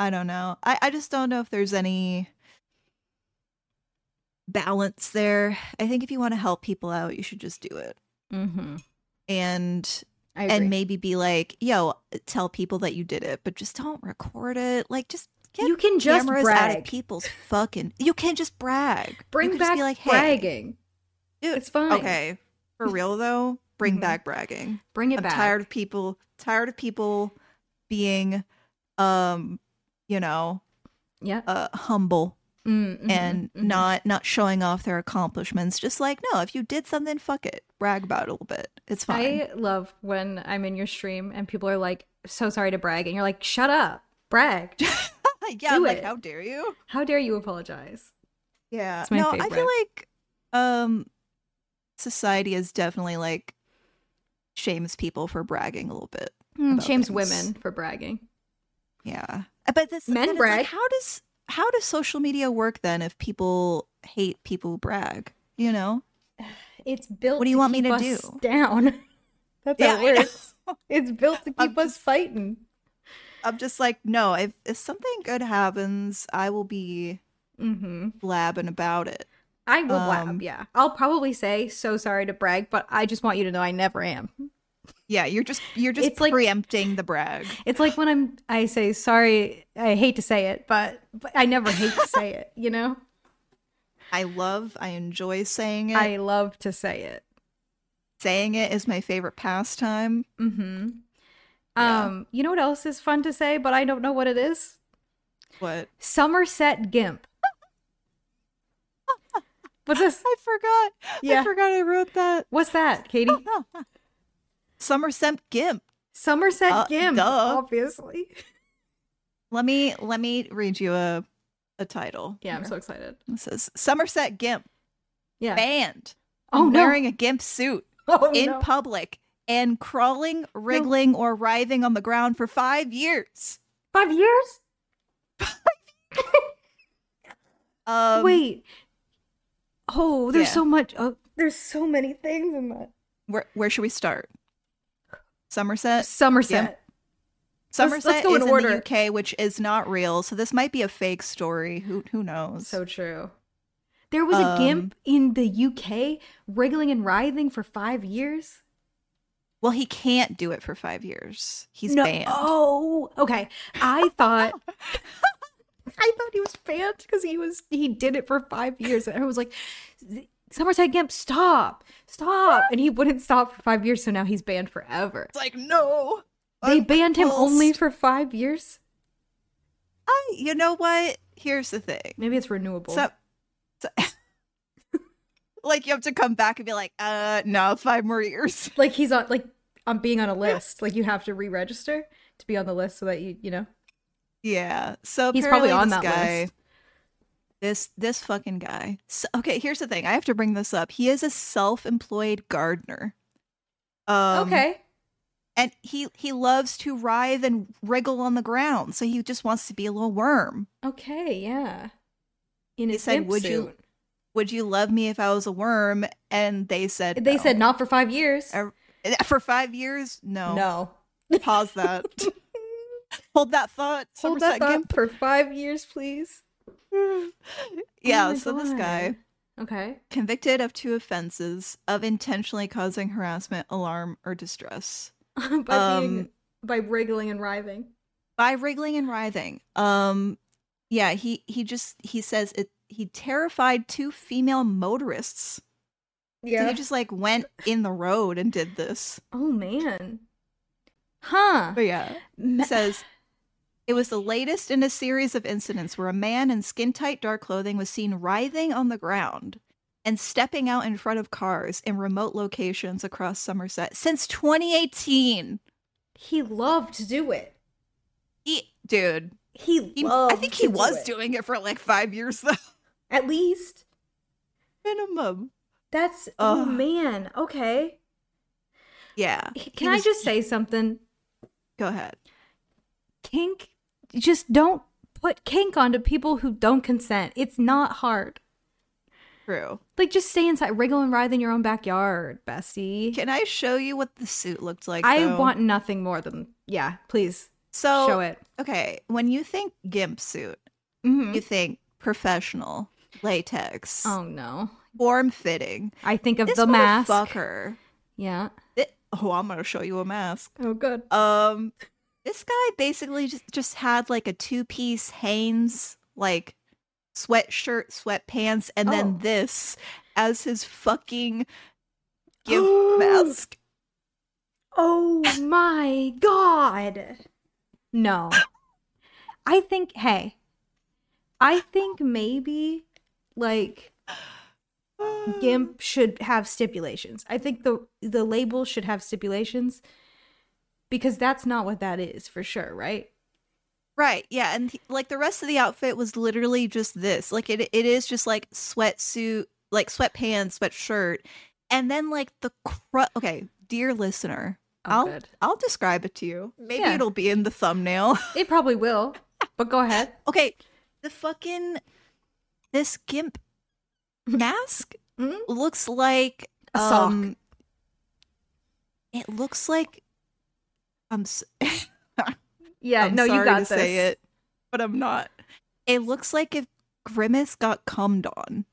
Speaker 1: I don't know. I, I just don't know if there's any balance there. I think if you want to help people out, you should just do it.
Speaker 2: mm-hmm.
Speaker 1: And
Speaker 2: I agree.
Speaker 1: and maybe be like, yo, tell people that you did it, but just don't record it. Like just get
Speaker 2: you can just
Speaker 1: cameras out of
Speaker 2: brag.
Speaker 1: people's fucking you can just brag. You
Speaker 2: Bring
Speaker 1: can just
Speaker 2: back
Speaker 1: be like, hey,
Speaker 2: bragging.
Speaker 1: dude,
Speaker 2: It's fine.
Speaker 1: Okay. For real though, bring
Speaker 2: Mhm.
Speaker 1: back bragging.
Speaker 2: Bring it
Speaker 1: I'm
Speaker 2: back.
Speaker 1: tired of people tired of people being um you know
Speaker 2: Yeah.
Speaker 1: uh humble
Speaker 2: Mm, mhm,
Speaker 1: and
Speaker 2: mhm.
Speaker 1: not not showing off their accomplishments just like no if you did something fuck it brag about it a little bit it's fine
Speaker 2: I love when I'm in your stream and people are like, "So sorry to brag," and you're like, "Shut up, brag!
Speaker 1: yeah
Speaker 2: do
Speaker 1: like
Speaker 2: it.
Speaker 1: how dare you
Speaker 2: How dare you apologize?"
Speaker 1: yeah
Speaker 2: It's my
Speaker 1: no i feel
Speaker 2: favorite.
Speaker 1: like um society is definitely like shames people for bragging a little bit About
Speaker 2: Shames
Speaker 1: things.
Speaker 2: women for bragging.
Speaker 1: yeah Uh, but this
Speaker 2: Men
Speaker 1: but it's like,
Speaker 2: brag.
Speaker 1: how does how does social media work then if people hate people who brag you know
Speaker 2: It's built.
Speaker 1: What do you
Speaker 2: to
Speaker 1: want me
Speaker 2: keep
Speaker 1: to
Speaker 2: us
Speaker 1: do?
Speaker 2: Down. That's
Speaker 1: Yeah,
Speaker 2: how
Speaker 1: I
Speaker 2: it
Speaker 1: know.
Speaker 2: works. It's built to
Speaker 1: I'm
Speaker 2: keep us fighting.
Speaker 1: I'm just like, no, if, if something good happens, I will be
Speaker 2: Mm-hmm.
Speaker 1: blabbing about it.
Speaker 2: I will blab.
Speaker 1: Um,
Speaker 2: yeah, I'll probably say, "So sorry to brag," but I just want you to know I never am.
Speaker 1: Yeah, you're just you're just
Speaker 2: It's like-
Speaker 1: preempting the brag.
Speaker 2: It's like when I'm I say sorry, I hate to say it, but, but I never hate to say it, you know?
Speaker 1: I love, I enjoy saying it.
Speaker 2: I love to say it.
Speaker 1: saying it is my favorite pastime.
Speaker 2: Mhm.
Speaker 1: Yeah.
Speaker 2: Um, you know what else is fun to say, but I don't know what it is?
Speaker 1: What?
Speaker 2: Somerset Gimp. What's this?
Speaker 1: I forgot. I
Speaker 2: Yeah.
Speaker 1: forgot I wrote that.
Speaker 2: What's that, Katie?
Speaker 1: Somerset Gimp.
Speaker 2: Somerset
Speaker 1: Uh,
Speaker 2: Gimp,
Speaker 1: duh.
Speaker 2: obviously.
Speaker 1: Let me let me read you a a title.
Speaker 2: Yeah, I'm
Speaker 1: here.
Speaker 2: so excited.
Speaker 1: It says Somerset Gimp
Speaker 2: Yeah.
Speaker 1: banned.
Speaker 2: Oh no.
Speaker 1: Wearing a gimp suit.
Speaker 2: oh,
Speaker 1: in
Speaker 2: no.
Speaker 1: public and crawling, wriggling, or writhing on the ground for five years.
Speaker 2: 5 years?
Speaker 1: Um,
Speaker 2: Wait. Oh, there's
Speaker 1: yeah.
Speaker 2: so much. Oh, there's so many things in that.
Speaker 1: where, where should we start? Somerset.
Speaker 2: Somerset.
Speaker 1: Uh, yeah. Somerset
Speaker 2: let's go
Speaker 1: is
Speaker 2: in
Speaker 1: in,
Speaker 2: order.
Speaker 1: the UK, which is not real, so this might be a fake story. Who who knows?
Speaker 2: So true. There was
Speaker 1: Um,
Speaker 2: a gimp in the UK wriggling and writhing for five years.
Speaker 1: well, he can't do it for five years. He's
Speaker 2: no.
Speaker 1: banned.
Speaker 2: Oh, okay. I thought. I thought he was banned because he was he did it for five years, and I was like, "Somerset Gimp, stop, stop!" And he wouldn't stop for five years, so now he's banned forever.
Speaker 1: It's like no.
Speaker 2: They
Speaker 1: I'm
Speaker 2: banned him only
Speaker 1: repulsed.
Speaker 2: for five years.
Speaker 1: I. You know what? Here's the thing.
Speaker 2: Maybe it's renewable.
Speaker 1: So, so like you have to come back and be like, uh, no, five more years.
Speaker 2: like he's on like on being on a list. Like you have to re-register to be on the list so that you you know
Speaker 1: Yeah. So
Speaker 2: He's probably
Speaker 1: apparently
Speaker 2: on
Speaker 1: this
Speaker 2: that
Speaker 1: guy,
Speaker 2: list.
Speaker 1: This this fucking guy. So, okay, here's the thing. I have to bring this up. He is a self-employed gardener. Um,
Speaker 2: okay.
Speaker 1: And he he loves to writhe and wriggle on the ground, so he just wants to be a little worm.
Speaker 2: Okay, yeah. In
Speaker 1: He
Speaker 2: his
Speaker 1: said,
Speaker 2: wimp
Speaker 1: "Would you-
Speaker 2: suit.
Speaker 1: Would you love me if I was a worm? And they said
Speaker 2: They
Speaker 1: no.
Speaker 2: said not for five years.
Speaker 1: Er- for five years. No,
Speaker 2: No.
Speaker 1: Pause that. Hold that thought.
Speaker 2: Hold
Speaker 1: Somerset
Speaker 2: that thought
Speaker 1: Gimp.
Speaker 2: for five years, please.
Speaker 1: Yeah.
Speaker 2: Oh my
Speaker 1: so this guy.
Speaker 2: God. Okay.
Speaker 1: convicted of two offenses of intentionally causing harassment, alarm, or distress
Speaker 2: by being
Speaker 1: Um,
Speaker 2: by wriggling and writhing.
Speaker 1: by wriggling and writhing. Um, yeah, he he just he says it. He terrified two female motorists. So
Speaker 2: Yeah.
Speaker 1: they just like went in the road and did this.
Speaker 2: oh man. Huh.
Speaker 1: But yeah,
Speaker 2: Ma-
Speaker 1: says. It was the latest in a series of incidents where a man in skin tight dark clothing was seen writhing on the ground and stepping out in front of cars in remote locations across Somerset since 2018.
Speaker 2: he loved to do it.
Speaker 1: He, dude,
Speaker 2: He,
Speaker 1: he,
Speaker 2: loved
Speaker 1: I think he
Speaker 2: to do
Speaker 1: was
Speaker 2: it.
Speaker 1: doing it for like five years though,
Speaker 2: At least
Speaker 1: minimum.
Speaker 2: that's oh
Speaker 1: Ugh.
Speaker 2: man. Okay.
Speaker 1: Yeah.
Speaker 2: H-
Speaker 1: He
Speaker 2: Can
Speaker 1: was-
Speaker 2: I just say something?
Speaker 1: go ahead?
Speaker 2: Kink just don't put kink onto people who don't consent. It's not hard.
Speaker 1: True.
Speaker 2: Like just stay inside, wriggle and writhe in your own backyard, Bessie.
Speaker 1: Can I show you what the suit looked like?
Speaker 2: I
Speaker 1: though?
Speaker 2: want nothing more than yeah, please
Speaker 1: so
Speaker 2: show it.
Speaker 1: okay. When you think gimp suit,
Speaker 2: Mhm.
Speaker 1: you think professional latex,
Speaker 2: Oh no.
Speaker 1: form fitting.
Speaker 2: I think of
Speaker 1: This
Speaker 2: the mask.
Speaker 1: motherfucker.
Speaker 2: Yeah.
Speaker 1: Thi- oh, I'm gonna show you a mask.
Speaker 2: Oh, good.
Speaker 1: Um, this guy basically just just had like a two piece Hanes like sweatshirt, sweatpants, and then
Speaker 2: Oh.
Speaker 1: this as his fucking gimp mask.
Speaker 2: Oh my god. No. I think, hey, I think maybe like GIMP should have stipulations. I think the the label should have stipulations because that's not what that is for sure, right?
Speaker 1: Right, yeah, and th- like the rest of the outfit was literally just this. Like it, it is just like sweatsuit, like sweatpants, sweatshirt, and then like the cru- okay, dear listener,
Speaker 2: Oh,
Speaker 1: I'll
Speaker 2: good.
Speaker 1: I'll describe it to you. Maybe
Speaker 2: Yeah.
Speaker 1: it'll be in the thumbnail.
Speaker 2: It probably will. But go ahead.
Speaker 1: Okay, the fucking this gimp mask
Speaker 2: Mhm.
Speaker 1: looks like
Speaker 2: A sock.
Speaker 1: um, It looks like I'm. s-
Speaker 2: Yeah,
Speaker 1: I'm
Speaker 2: no,
Speaker 1: sorry
Speaker 2: you got
Speaker 1: to
Speaker 2: this.
Speaker 1: say it, but I'm not. It looks like if Grimace got cummed on.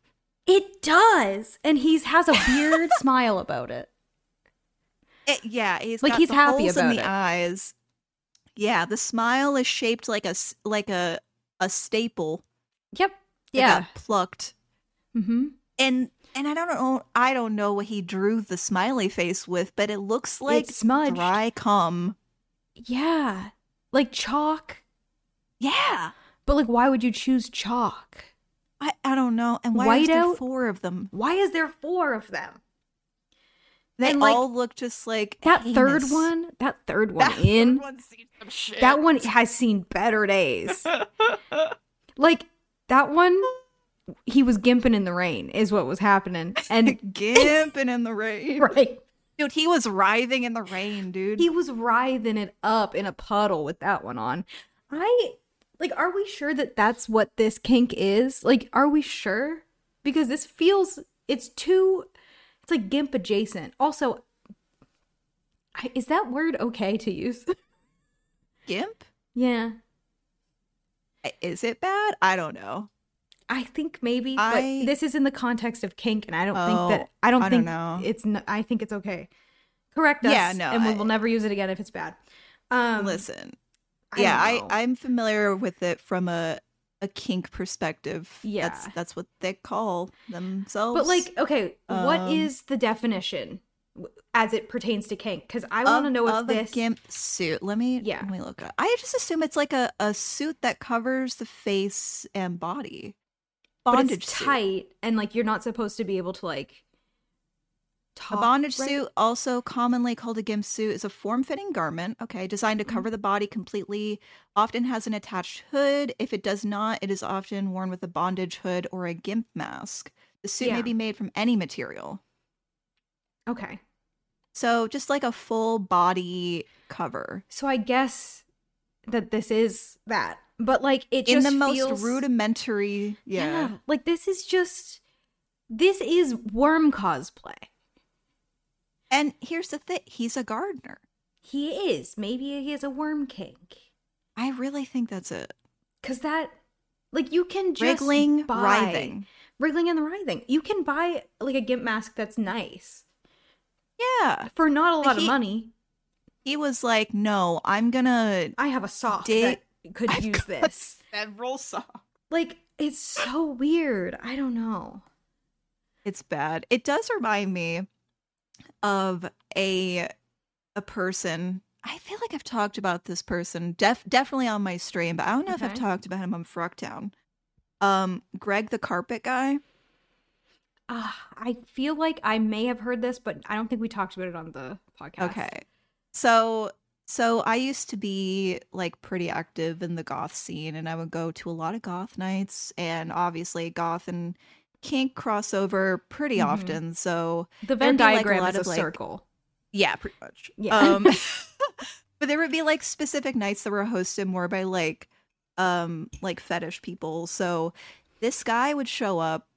Speaker 2: It does. And he's has a weird smile about it.
Speaker 1: It, yeah, he's
Speaker 2: Like
Speaker 1: got
Speaker 2: he's
Speaker 1: the
Speaker 2: happy
Speaker 1: holes in
Speaker 2: about
Speaker 1: the
Speaker 2: it.
Speaker 1: eyes. Yeah, the smile is shaped like a s- like a a staple.
Speaker 2: Yep.
Speaker 1: that
Speaker 2: Yeah.
Speaker 1: got plucked
Speaker 2: Mm-hmm.
Speaker 1: and and I don't know I don't know what he drew the smiley face with, but it looks like
Speaker 2: smudged.
Speaker 1: dry cum.
Speaker 2: Yeah. Like chalk.
Speaker 1: Yeah,
Speaker 2: But like why would you choose chalk?
Speaker 1: I, I don't know. And why is there
Speaker 2: Whiteout?
Speaker 1: four of them?
Speaker 2: Why is there four of them?
Speaker 1: They
Speaker 2: And, like,
Speaker 1: all look just like
Speaker 2: That third
Speaker 1: heinous.
Speaker 2: one, that third one
Speaker 1: That third
Speaker 2: in
Speaker 1: one's seen some shit.
Speaker 2: that one has seen better days. like that one he was gimping in the rain is what was happening. And
Speaker 1: gimping in the rain,
Speaker 2: right.
Speaker 1: dude. He was writhing in the rain, dude.
Speaker 2: He was writhing it up in a puddle with that one on. I like are we sure that that's what this kink is? Like are we sure? Because this feels it's too it's like gimp adjacent. Also I, is that word okay to use?
Speaker 1: Gimp?
Speaker 2: yeah.
Speaker 1: Is it bad? I don't know.
Speaker 2: I think maybe
Speaker 1: I-
Speaker 2: but this is in the context of kink and I don't
Speaker 1: Oh,
Speaker 2: think that I don't
Speaker 1: I don't
Speaker 2: think
Speaker 1: know.
Speaker 2: it's n- I think it's okay. Correct us
Speaker 1: Yeah, no,
Speaker 2: and we
Speaker 1: I-
Speaker 2: will never use it again if it's bad. Um
Speaker 1: Listen,
Speaker 2: I
Speaker 1: yeah, I,
Speaker 2: don't know.
Speaker 1: I'm familiar with it from a a kink perspective. that's
Speaker 2: Yeah.
Speaker 1: that's what they call themselves.
Speaker 2: But like, okay, what
Speaker 1: Um,
Speaker 2: is the definition w- as it pertains to kink? Because I
Speaker 1: of-
Speaker 2: want to know if
Speaker 1: of a
Speaker 2: this.
Speaker 1: gimp suit. Let me
Speaker 2: Yeah.
Speaker 1: let me look. Up. I just assume it's like a a suit that covers the face and body.
Speaker 2: but
Speaker 1: Bondage
Speaker 2: it's
Speaker 1: suit.
Speaker 2: tight, and like you're not supposed to be able to like.
Speaker 1: A
Speaker 2: Talk,
Speaker 1: bondage
Speaker 2: right?
Speaker 1: suit, also commonly called a gimp suit, is a form-fitting garment, okay, designed to
Speaker 2: Mm-hmm.
Speaker 1: cover the body completely. Often has an attached hood. If it does not, it is often worn with a bondage hood or a gimp mask. The suit
Speaker 2: Yeah.
Speaker 1: may be made from any material.
Speaker 2: Okay,
Speaker 1: So just like a full body cover.
Speaker 2: So I guess that this is that, but like it
Speaker 1: in
Speaker 2: just
Speaker 1: the most
Speaker 2: feels-
Speaker 1: rudimentary yeah.
Speaker 2: like this is just this is worm cosplay.
Speaker 1: And here's the thing, he's a gardener.
Speaker 2: He is maybe he is a worm king
Speaker 1: I really think that's it.
Speaker 2: because that like you can just
Speaker 1: Wriggling,
Speaker 2: buy-
Speaker 1: writhing.
Speaker 2: wriggling and writhing. You can buy like a gimp mask that's nice
Speaker 1: Yeah.
Speaker 2: for not a
Speaker 1: But
Speaker 2: lot of
Speaker 1: he-
Speaker 2: money.
Speaker 1: He was like, "No, I'm going to
Speaker 2: I have a sock
Speaker 1: Dig-
Speaker 2: that could
Speaker 1: I've
Speaker 2: use
Speaker 1: got
Speaker 2: this.
Speaker 1: several songs.
Speaker 2: Like it's so weird. I don't know.
Speaker 1: It's bad. It does remind me of a a person. I feel like I've talked about this person def- definitely on my stream, but I don't know if I've
Speaker 2: Okay.
Speaker 1: talked about him on Frucktown. Um, Greg the carpet guy.
Speaker 2: Uh, I feel like I may have heard this, but I don't think we talked about it on the podcast.
Speaker 1: Okay. So so I used to be like pretty active in the goth scene and I would go to a lot of goth nights and obviously goth and kink crossover pretty
Speaker 2: Mhm.
Speaker 1: often. So
Speaker 2: The
Speaker 1: There'd
Speaker 2: Venn
Speaker 1: be, like, a
Speaker 2: diagram
Speaker 1: lot
Speaker 2: is a
Speaker 1: of, like-
Speaker 2: circle.
Speaker 1: yeah, pretty much.
Speaker 2: Yeah.
Speaker 1: Um but there would be like specific nights that were hosted more by like um like fetish people. So this guy would show up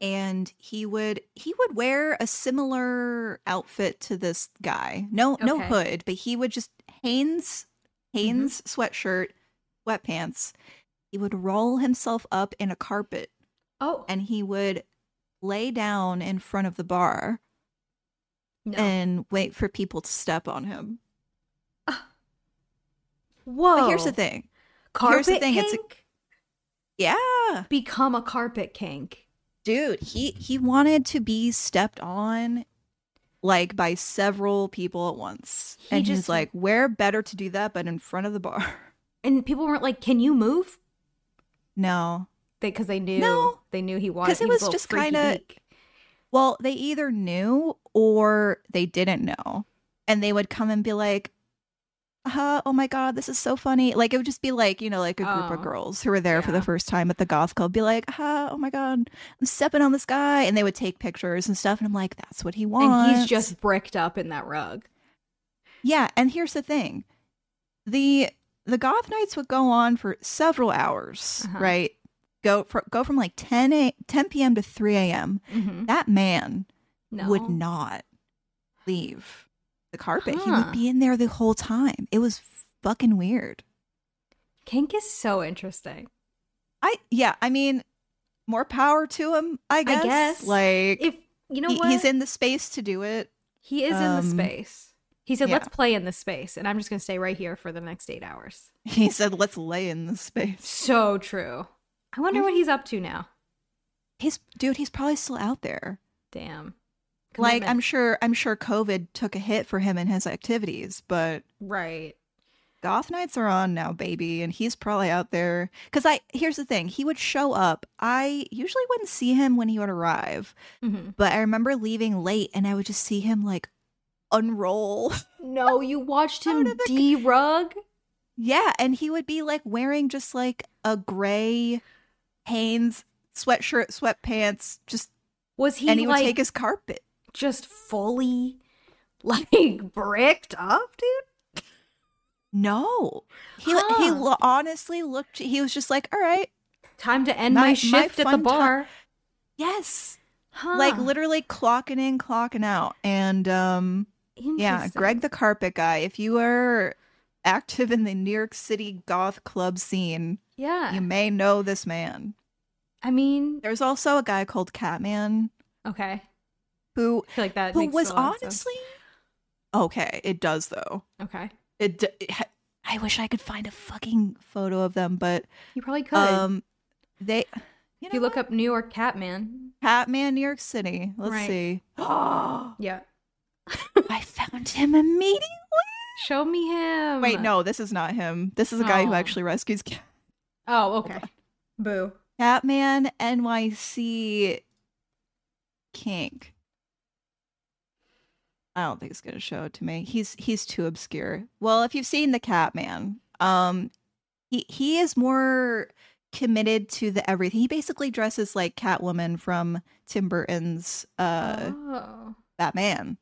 Speaker 1: and he would he would wear a similar outfit to this guy. No no
Speaker 2: Okay. Mm-hmm.
Speaker 1: hood, but he would just Hanes Hanes sweatshirt, sweatpants. He would roll himself up in a carpet
Speaker 2: oh,
Speaker 1: and he would lay down in front of the bar
Speaker 2: no.
Speaker 1: and wait for people to step on him.
Speaker 2: whoa.
Speaker 1: But here's the thing.
Speaker 2: Carpet
Speaker 1: here's the thing,
Speaker 2: kink?
Speaker 1: it's a- Yeah.
Speaker 2: Become a carpet kink.
Speaker 1: dude he he wanted to be stepped on like by several people at once
Speaker 2: He
Speaker 1: and
Speaker 2: just-
Speaker 1: he's like where better to do that but in front of the bar
Speaker 2: And people weren't like, "Can you move?"
Speaker 1: no
Speaker 2: Because they, knew
Speaker 1: No.
Speaker 2: they knew he wanted.
Speaker 1: 'Cause it
Speaker 2: he
Speaker 1: was
Speaker 2: a little
Speaker 1: just
Speaker 2: freaky
Speaker 1: kinda-
Speaker 2: geek.
Speaker 1: well they either knew or they didn't know and they would come and be like uh, oh my god this is so funny like it would just be like you know like a group
Speaker 2: Oh,
Speaker 1: of girls who were there for
Speaker 2: yeah.
Speaker 1: the first time at the goth club be like uh, oh my god i'm stepping on this guy and they would take pictures and stuff and i'm like that's what he wants
Speaker 2: and he's just bricked up in that rug.
Speaker 1: Yeah, and here's the thing. The the goth nights would go on for several hours,
Speaker 2: Uh-huh.
Speaker 1: right? Go for, go from like 10 a, 10 p.m. to 3 a.m.
Speaker 2: Mhm.
Speaker 1: That man
Speaker 2: No,
Speaker 1: would not leave the carpet. He
Speaker 2: Huh.
Speaker 1: would be in there the whole time. It was fucking weird.
Speaker 2: Kink is so interesting.
Speaker 1: I yeah, I mean, more power to him, I guess.
Speaker 2: guess.
Speaker 1: Like
Speaker 2: If you know
Speaker 1: he-
Speaker 2: what
Speaker 1: he's in the space to do it.
Speaker 2: He is in the
Speaker 1: Um,
Speaker 2: space. He said,
Speaker 1: yeah.
Speaker 2: "Let's play in the space," and I'm just gonna stay right here for the next eight hours.
Speaker 1: He said, "Let's lay in the space."
Speaker 2: So true. I wonder
Speaker 1: Mm-hmm.
Speaker 2: what he's up to now.
Speaker 1: He's dude, he's probably still out there.
Speaker 2: Damn.
Speaker 1: Like I'm sure I'm sure COVID took a hit for him and his activities, but
Speaker 2: right.
Speaker 1: goth nights are on now, baby, and he's probably out there cuz I here's the thing, he would show up. I usually wouldn't see him when he would arrive,
Speaker 2: hmm
Speaker 1: but I remember leaving late and I would just see him like unroll.
Speaker 2: Mm-hmm. No, you watched
Speaker 1: Out
Speaker 2: him
Speaker 1: of the-
Speaker 2: de rug.
Speaker 1: yeah, and he would be like wearing just like a gray Hanes sweatshirt, sweatpants, just
Speaker 2: Was he,
Speaker 1: and he would
Speaker 2: like
Speaker 1: take his carpet.
Speaker 2: just fully like bricked up, dude?
Speaker 1: No. He he
Speaker 2: Huh.
Speaker 1: lo- honestly looked he was just like, "All right,
Speaker 2: Time to end
Speaker 1: My-
Speaker 2: my,
Speaker 1: my
Speaker 2: shift at the
Speaker 1: fun ti-
Speaker 2: bar.
Speaker 1: Yes.
Speaker 2: Huh.
Speaker 1: Like literally clocking in, clocking out. And um yeah,
Speaker 2: Interesting.
Speaker 1: Greg the carpet guy, if you are active in the New York City goth club scene,
Speaker 2: Yeah.
Speaker 1: you may know this man.
Speaker 2: I mean,
Speaker 1: There's also a guy called Catman
Speaker 2: okay.
Speaker 1: who
Speaker 2: I feel like that
Speaker 1: who
Speaker 2: makes
Speaker 1: was
Speaker 2: a lot of sense.
Speaker 1: honestly Okay, it does though.
Speaker 2: okay.
Speaker 1: It, d- it ha- I wish I could find a fucking photo of them, but
Speaker 2: You probably could.
Speaker 1: um they you know
Speaker 2: if you look
Speaker 1: what?
Speaker 2: up New York Catman.
Speaker 1: Catman New York City. Let's
Speaker 2: Right.
Speaker 1: see. I
Speaker 2: Yeah.
Speaker 1: found him immediately.
Speaker 2: Show me him.
Speaker 1: Wait, no, this is not him. This is a guy
Speaker 2: Oh.
Speaker 1: who actually rescues cat-
Speaker 2: Oh, okay. Boo.
Speaker 1: Catman NYC kink. I don't think it's gonna show it to me. He's he's too obscure. Well, if you've seen the Catman, um, he he is more committed to the everything. He basically dresses like Catwoman from Tim Burton's uh
Speaker 2: oh.
Speaker 1: Batman.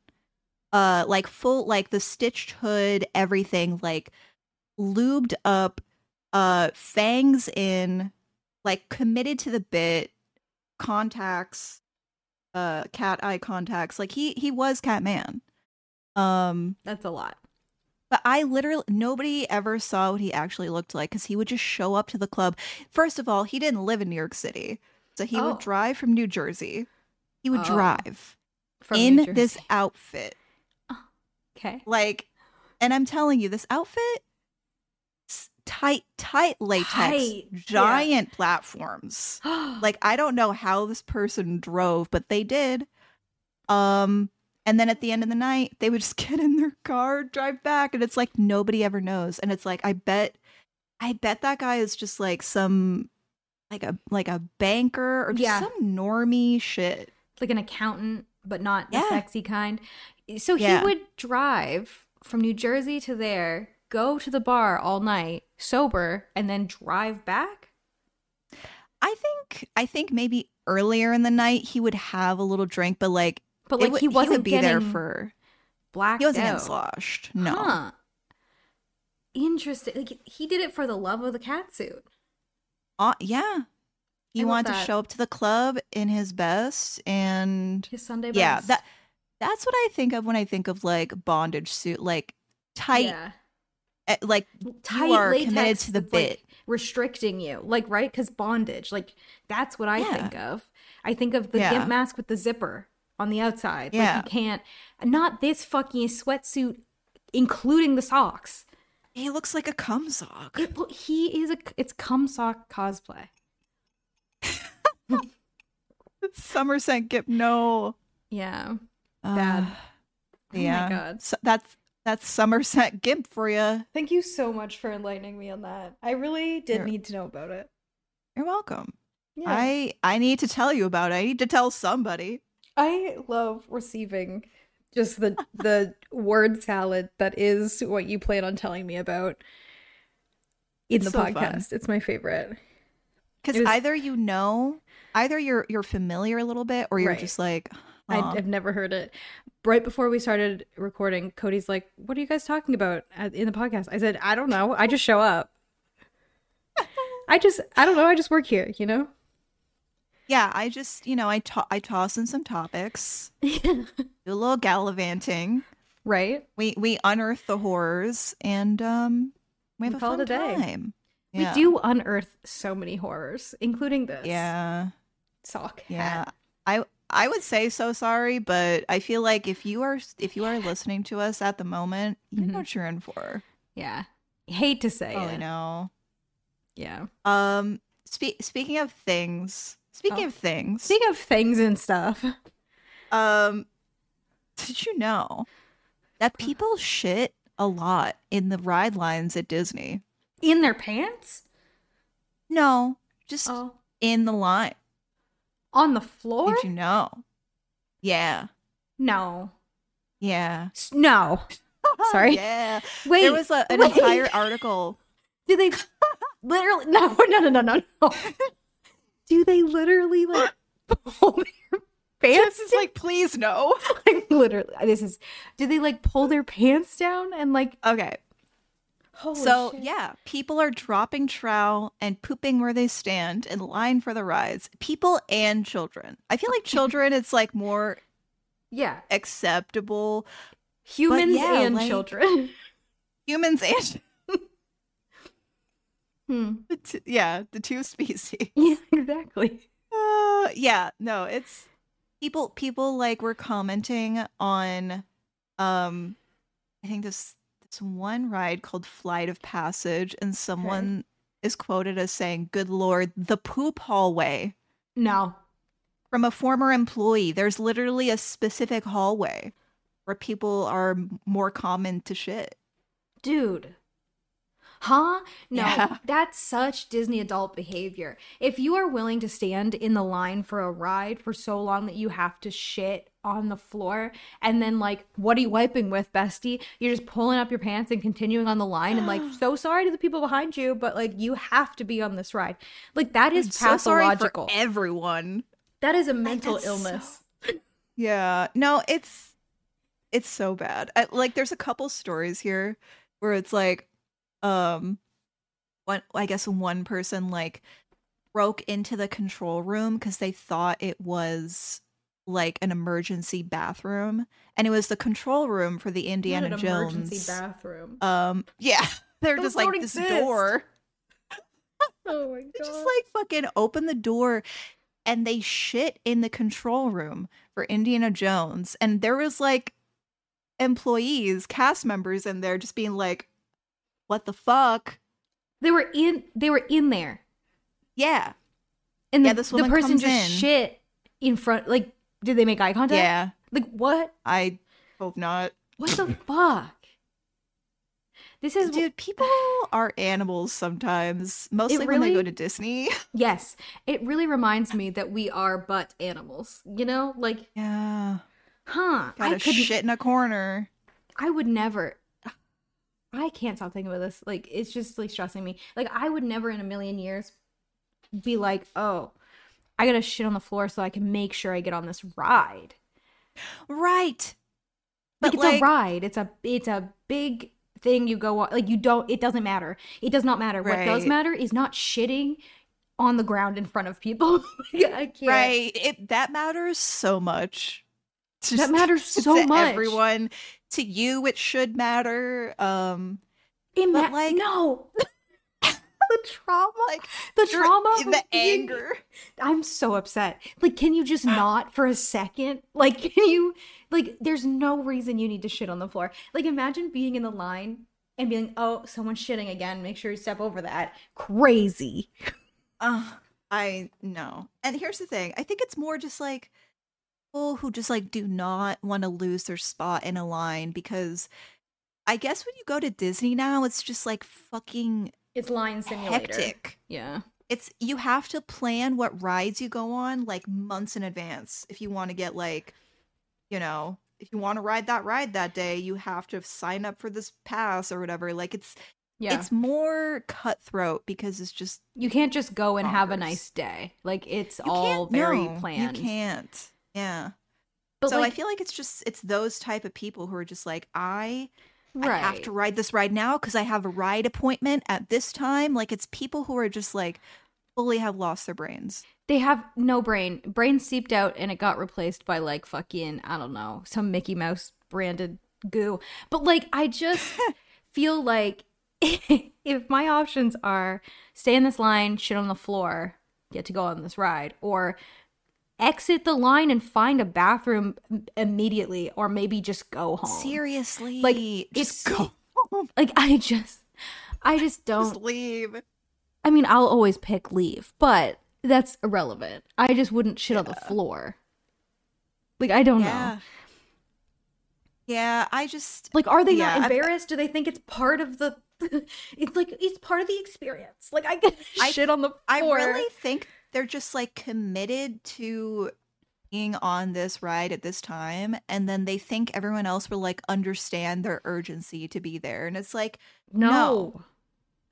Speaker 1: uh like full like the stitched hood everything like lubed up uh fangs in like committed to the bit contacts uh cat eye contacts like he he was catman um
Speaker 2: That's a lot.
Speaker 1: but I literally nobody ever saw what he actually looked like because he would just show up to the club. First of all, he didn't live in New York City, so he
Speaker 2: Oh.
Speaker 1: would drive from New Jersey. He would
Speaker 2: Oh.
Speaker 1: drive
Speaker 2: From
Speaker 1: in
Speaker 2: New
Speaker 1: this
Speaker 2: Jersey.
Speaker 1: outfit,
Speaker 2: Okay.
Speaker 1: like, and I'm telling you, this outfit, s- tight, tight latex,
Speaker 2: Tight, yeah.
Speaker 1: giant platforms.
Speaker 2: like
Speaker 1: Like I don't know how this person drove, but they did. Um and then at the end of the night, they would just get in their car, drive back, and it's like nobody ever knows. And it's like I bet I bet that guy is just like some like a like a banker or just
Speaker 2: Yeah.
Speaker 1: some normie shit.
Speaker 2: like an accountant, but not the
Speaker 1: Yeah.
Speaker 2: sexy kind. So
Speaker 1: Yeah.
Speaker 2: he would drive from New Jersey to there, go to the bar all night, sober, and then drive back.
Speaker 1: I think I think maybe earlier in the night he would have a little drink, but like,
Speaker 2: But
Speaker 1: it
Speaker 2: like
Speaker 1: would-
Speaker 2: he wasn't
Speaker 1: would be there
Speaker 2: getting
Speaker 1: for
Speaker 2: blacked
Speaker 1: he wasn't
Speaker 2: out.
Speaker 1: getting sloshed. No.
Speaker 2: Huh. Interesting. Like he did it for the love of the catsuit.
Speaker 1: Uh, yeah. He
Speaker 2: love
Speaker 1: wanted to
Speaker 2: that.
Speaker 1: show up to the club in his best and
Speaker 2: His Sunday
Speaker 1: yeah,
Speaker 2: best.
Speaker 1: that that's what I think of when I think of like bondage suit, like tight
Speaker 2: Yeah.
Speaker 1: eh, like
Speaker 2: tight
Speaker 1: are
Speaker 2: latex
Speaker 1: committed to the
Speaker 2: that's, like,
Speaker 1: bit.
Speaker 2: restricting you like right because bondage like that's what i
Speaker 1: Yeah.
Speaker 2: think of i think of the
Speaker 1: Yeah.
Speaker 2: gimp mask with the zipper on the outside
Speaker 1: Yeah.
Speaker 2: like you can't not this fucking sweatsuit including the socks
Speaker 1: he looks like a cum sock.
Speaker 2: It lo- he is a it's cum sock cosplay
Speaker 1: Somerset Gip no.
Speaker 2: yeah
Speaker 1: Uh,
Speaker 2: Bad. Oh my
Speaker 1: yeah.
Speaker 2: God.
Speaker 1: So that's that's Somerset Gimp for you.
Speaker 2: thank you so much for enlightening me on that i really did
Speaker 1: You're-
Speaker 2: need to know about it
Speaker 1: You're welcome. I I need to tell you about it. I need to tell somebody.
Speaker 2: I love receiving just the the word salad that is what you plan on telling me about in
Speaker 1: It's
Speaker 2: the
Speaker 1: so fun.
Speaker 2: podcast. It's my favorite.
Speaker 1: Because
Speaker 2: It was-
Speaker 1: either you know, either you're you're familiar a little bit or you're
Speaker 2: Right.
Speaker 1: just like
Speaker 2: I,
Speaker 1: huh.
Speaker 2: I've never heard it. Right before we started recording, Cody's like, "What are you guys talking about at- in the podcast?" I said, "I don't know. I just show up. I just I don't know. I just work here, you know."
Speaker 1: Yeah, I just, you know, I to- I toss in some topics, do a little gallivanting.
Speaker 2: right?
Speaker 1: We we unearth the horrors, and um, we have
Speaker 2: We
Speaker 1: a
Speaker 2: call
Speaker 1: fun
Speaker 2: it a day.
Speaker 1: time. Yeah.
Speaker 2: We do unearth so many horrors, including this
Speaker 1: Yeah,
Speaker 2: sock
Speaker 1: yeah.
Speaker 2: hat.
Speaker 1: I I would say so sorry, but I feel like if you are if you are listening to us at the moment, you
Speaker 2: Mhm.
Speaker 1: know what you're in for.
Speaker 2: Yeah. Hate to say
Speaker 1: Probably
Speaker 2: it.
Speaker 1: Oh, know.
Speaker 2: Yeah.
Speaker 1: Um, spe- speaking of things, speaking
Speaker 2: Oh.
Speaker 1: of things,
Speaker 2: Speaking of things and stuff,
Speaker 1: um, did you know that people shit a lot in the ride lines at Disney?
Speaker 2: in their pants?
Speaker 1: No, just
Speaker 2: Oh.
Speaker 1: in the line.
Speaker 2: On the floor?
Speaker 1: Did you know? Yeah,
Speaker 2: No.
Speaker 1: yeah.
Speaker 2: S- No. Sorry.
Speaker 1: yeah.
Speaker 2: Wait.
Speaker 1: there was a, an
Speaker 2: wait.
Speaker 1: entire article.
Speaker 2: Do they literally? No, no, no, no, no, no. Do they literally like pull their
Speaker 1: Jess
Speaker 2: pants?
Speaker 1: is like, please no.
Speaker 2: Like, literally, this is. Do they like pull their pants down and like?
Speaker 1: Okay,
Speaker 2: Holy
Speaker 1: so
Speaker 2: shit.
Speaker 1: yeah, people are dropping trowel and pooping where they stand in line for the rides. People and children. I feel like children, it's like more
Speaker 2: yeah,
Speaker 1: acceptable.
Speaker 2: humans
Speaker 1: yeah,
Speaker 2: and
Speaker 1: like-
Speaker 2: children.
Speaker 1: Humans and
Speaker 2: Hmm.
Speaker 1: the two, yeah, the two species.
Speaker 2: Yeah, exactly.
Speaker 1: Uh, yeah, no, it's people people like were commenting on um I think this this one ride called Flight of Passage and someone is quoted as saying, "Good lord, the poop hallway."
Speaker 2: No.
Speaker 1: From a former employee, there's literally a specific hallway where people are m- more common to shit.
Speaker 2: Dude. Huh? No,
Speaker 1: Yeah.
Speaker 2: that's such Disney adult behavior. If you are willing to stand in the line for a ride for so long that you have to shit on the floor, and then, like, what are you wiping with, bestie? You're just pulling up your pants and continuing on the line, and, like, so sorry to the people behind you, but, like, you have to be on this ride. Like, that is
Speaker 1: So sorry for
Speaker 2: pathological.
Speaker 1: everyone.
Speaker 2: that is a mental
Speaker 1: that's so-
Speaker 2: illness.
Speaker 1: Yeah. No, it's It's so bad. I, like there's a couple stories here where it's like um one I guess one person like broke into the control room cuz they thought it was like an emergency bathroom and it was the control room for the Indiana
Speaker 2: Not an
Speaker 1: Jones
Speaker 2: emergency bathroom.
Speaker 1: um yeah they're
Speaker 2: Those
Speaker 1: just like
Speaker 2: don't
Speaker 1: this
Speaker 2: exist.
Speaker 1: door
Speaker 2: oh my god.
Speaker 1: they just like fucking open the door and they shit in the control room for Indiana Jones. And there was like employees, cast members in there just being like, what the fuck?
Speaker 2: they were in they were in there.
Speaker 1: Yeah.
Speaker 2: And
Speaker 1: Yeah,
Speaker 2: the,
Speaker 1: this woman
Speaker 2: the person
Speaker 1: comes
Speaker 2: just
Speaker 1: in.
Speaker 2: shit in front like did they make eye contact?
Speaker 1: Yeah.
Speaker 2: Like what?
Speaker 1: I hope not.
Speaker 2: What the fuck? This is
Speaker 1: Dude, people are animals sometimes, mostly when they
Speaker 2: really-
Speaker 1: go to Disney.
Speaker 2: yes. It really reminds me that we are but animals. You know, like
Speaker 1: Yeah.
Speaker 2: huh?
Speaker 1: Gotta
Speaker 2: I could
Speaker 1: shit in a corner.
Speaker 2: I would never. I can't stop thinking about this. Like it's just like stressing me. Like I would never in a million years be like, oh, I gotta shit on the floor so I can make sure I get on this ride.
Speaker 1: Right.
Speaker 2: like it's a ride. It's a it's a big thing you go on. Like you don't. It doesn't matter. It does not matter. What does
Speaker 1: Right.
Speaker 2: matter is not shitting on the ground in front of people. Like, I can't.
Speaker 1: Right. It that matters so much. It's
Speaker 2: That
Speaker 1: just-
Speaker 2: matters so
Speaker 1: to
Speaker 2: much.
Speaker 1: everyone. To you it should matter. Um
Speaker 2: It
Speaker 1: But,
Speaker 2: ma-
Speaker 1: like-
Speaker 2: no. the trauma.
Speaker 1: like
Speaker 2: the
Speaker 1: your-
Speaker 2: trauma. of
Speaker 1: the
Speaker 2: being-
Speaker 1: anger.
Speaker 2: I'm so upset. Like, can you just not for a second? Like, can you, like, there's no reason you need to shit on the floor. Like, imagine being in the line and being, oh, someone's shitting again. Make sure you step over that. Crazy.
Speaker 1: Uh, I know. And here's the thing. I think it's more just like people who just like do not want to lose their spot in a line because I guess when you go to Disney now it's just like fucking
Speaker 2: It's line simulator.
Speaker 1: hectic.
Speaker 2: Yeah.
Speaker 1: It's you have to plan what rides you go on like months in advance if you want to get like you know, if you want to ride that ride that day, you have to sign up for this pass or whatever. Like it's
Speaker 2: Yeah.
Speaker 1: it's more cutthroat because it's just
Speaker 2: you can't just go and have a
Speaker 1: bonkers.
Speaker 2: nice day. Like, it's
Speaker 1: you
Speaker 2: all
Speaker 1: can't-
Speaker 2: very
Speaker 1: no,
Speaker 2: planned.
Speaker 1: You can't. Yeah.
Speaker 2: But,
Speaker 1: so
Speaker 2: like,
Speaker 1: I feel like it's just it's those type of people who are just like I, I
Speaker 2: right.
Speaker 1: have to ride this ride now because I have a ride appointment at this time. Like it's people who are just like fully have lost their brains.
Speaker 2: they have no brain. Brain seeped out and it got replaced by like fucking, I don't know, some Mickey Mouse branded goo. But like I just feel like if my options are stay in this line, shit on the floor, get to go on this ride, or exit the line and find a bathroom immediately, or maybe just go home.
Speaker 1: Seriously,
Speaker 2: Like, it's-
Speaker 1: just go home,
Speaker 2: Like I just I just don't
Speaker 1: just leave.
Speaker 2: I mean, I'll always pick leave, but that's irrelevant. I just wouldn't shit on the floor. Like I don't
Speaker 1: yeah,
Speaker 2: know.
Speaker 1: yeah. I just
Speaker 2: Like are they
Speaker 1: Yeah,
Speaker 2: not
Speaker 1: I-
Speaker 2: embarrassed? Do they think it's part of the it's like it's part of the experience. Like I get
Speaker 1: I-
Speaker 2: shit on the floor.
Speaker 1: I really think they're just like committed to being on this ride at this time and then they think everyone else will like understand their urgency to be there and it's like
Speaker 2: No.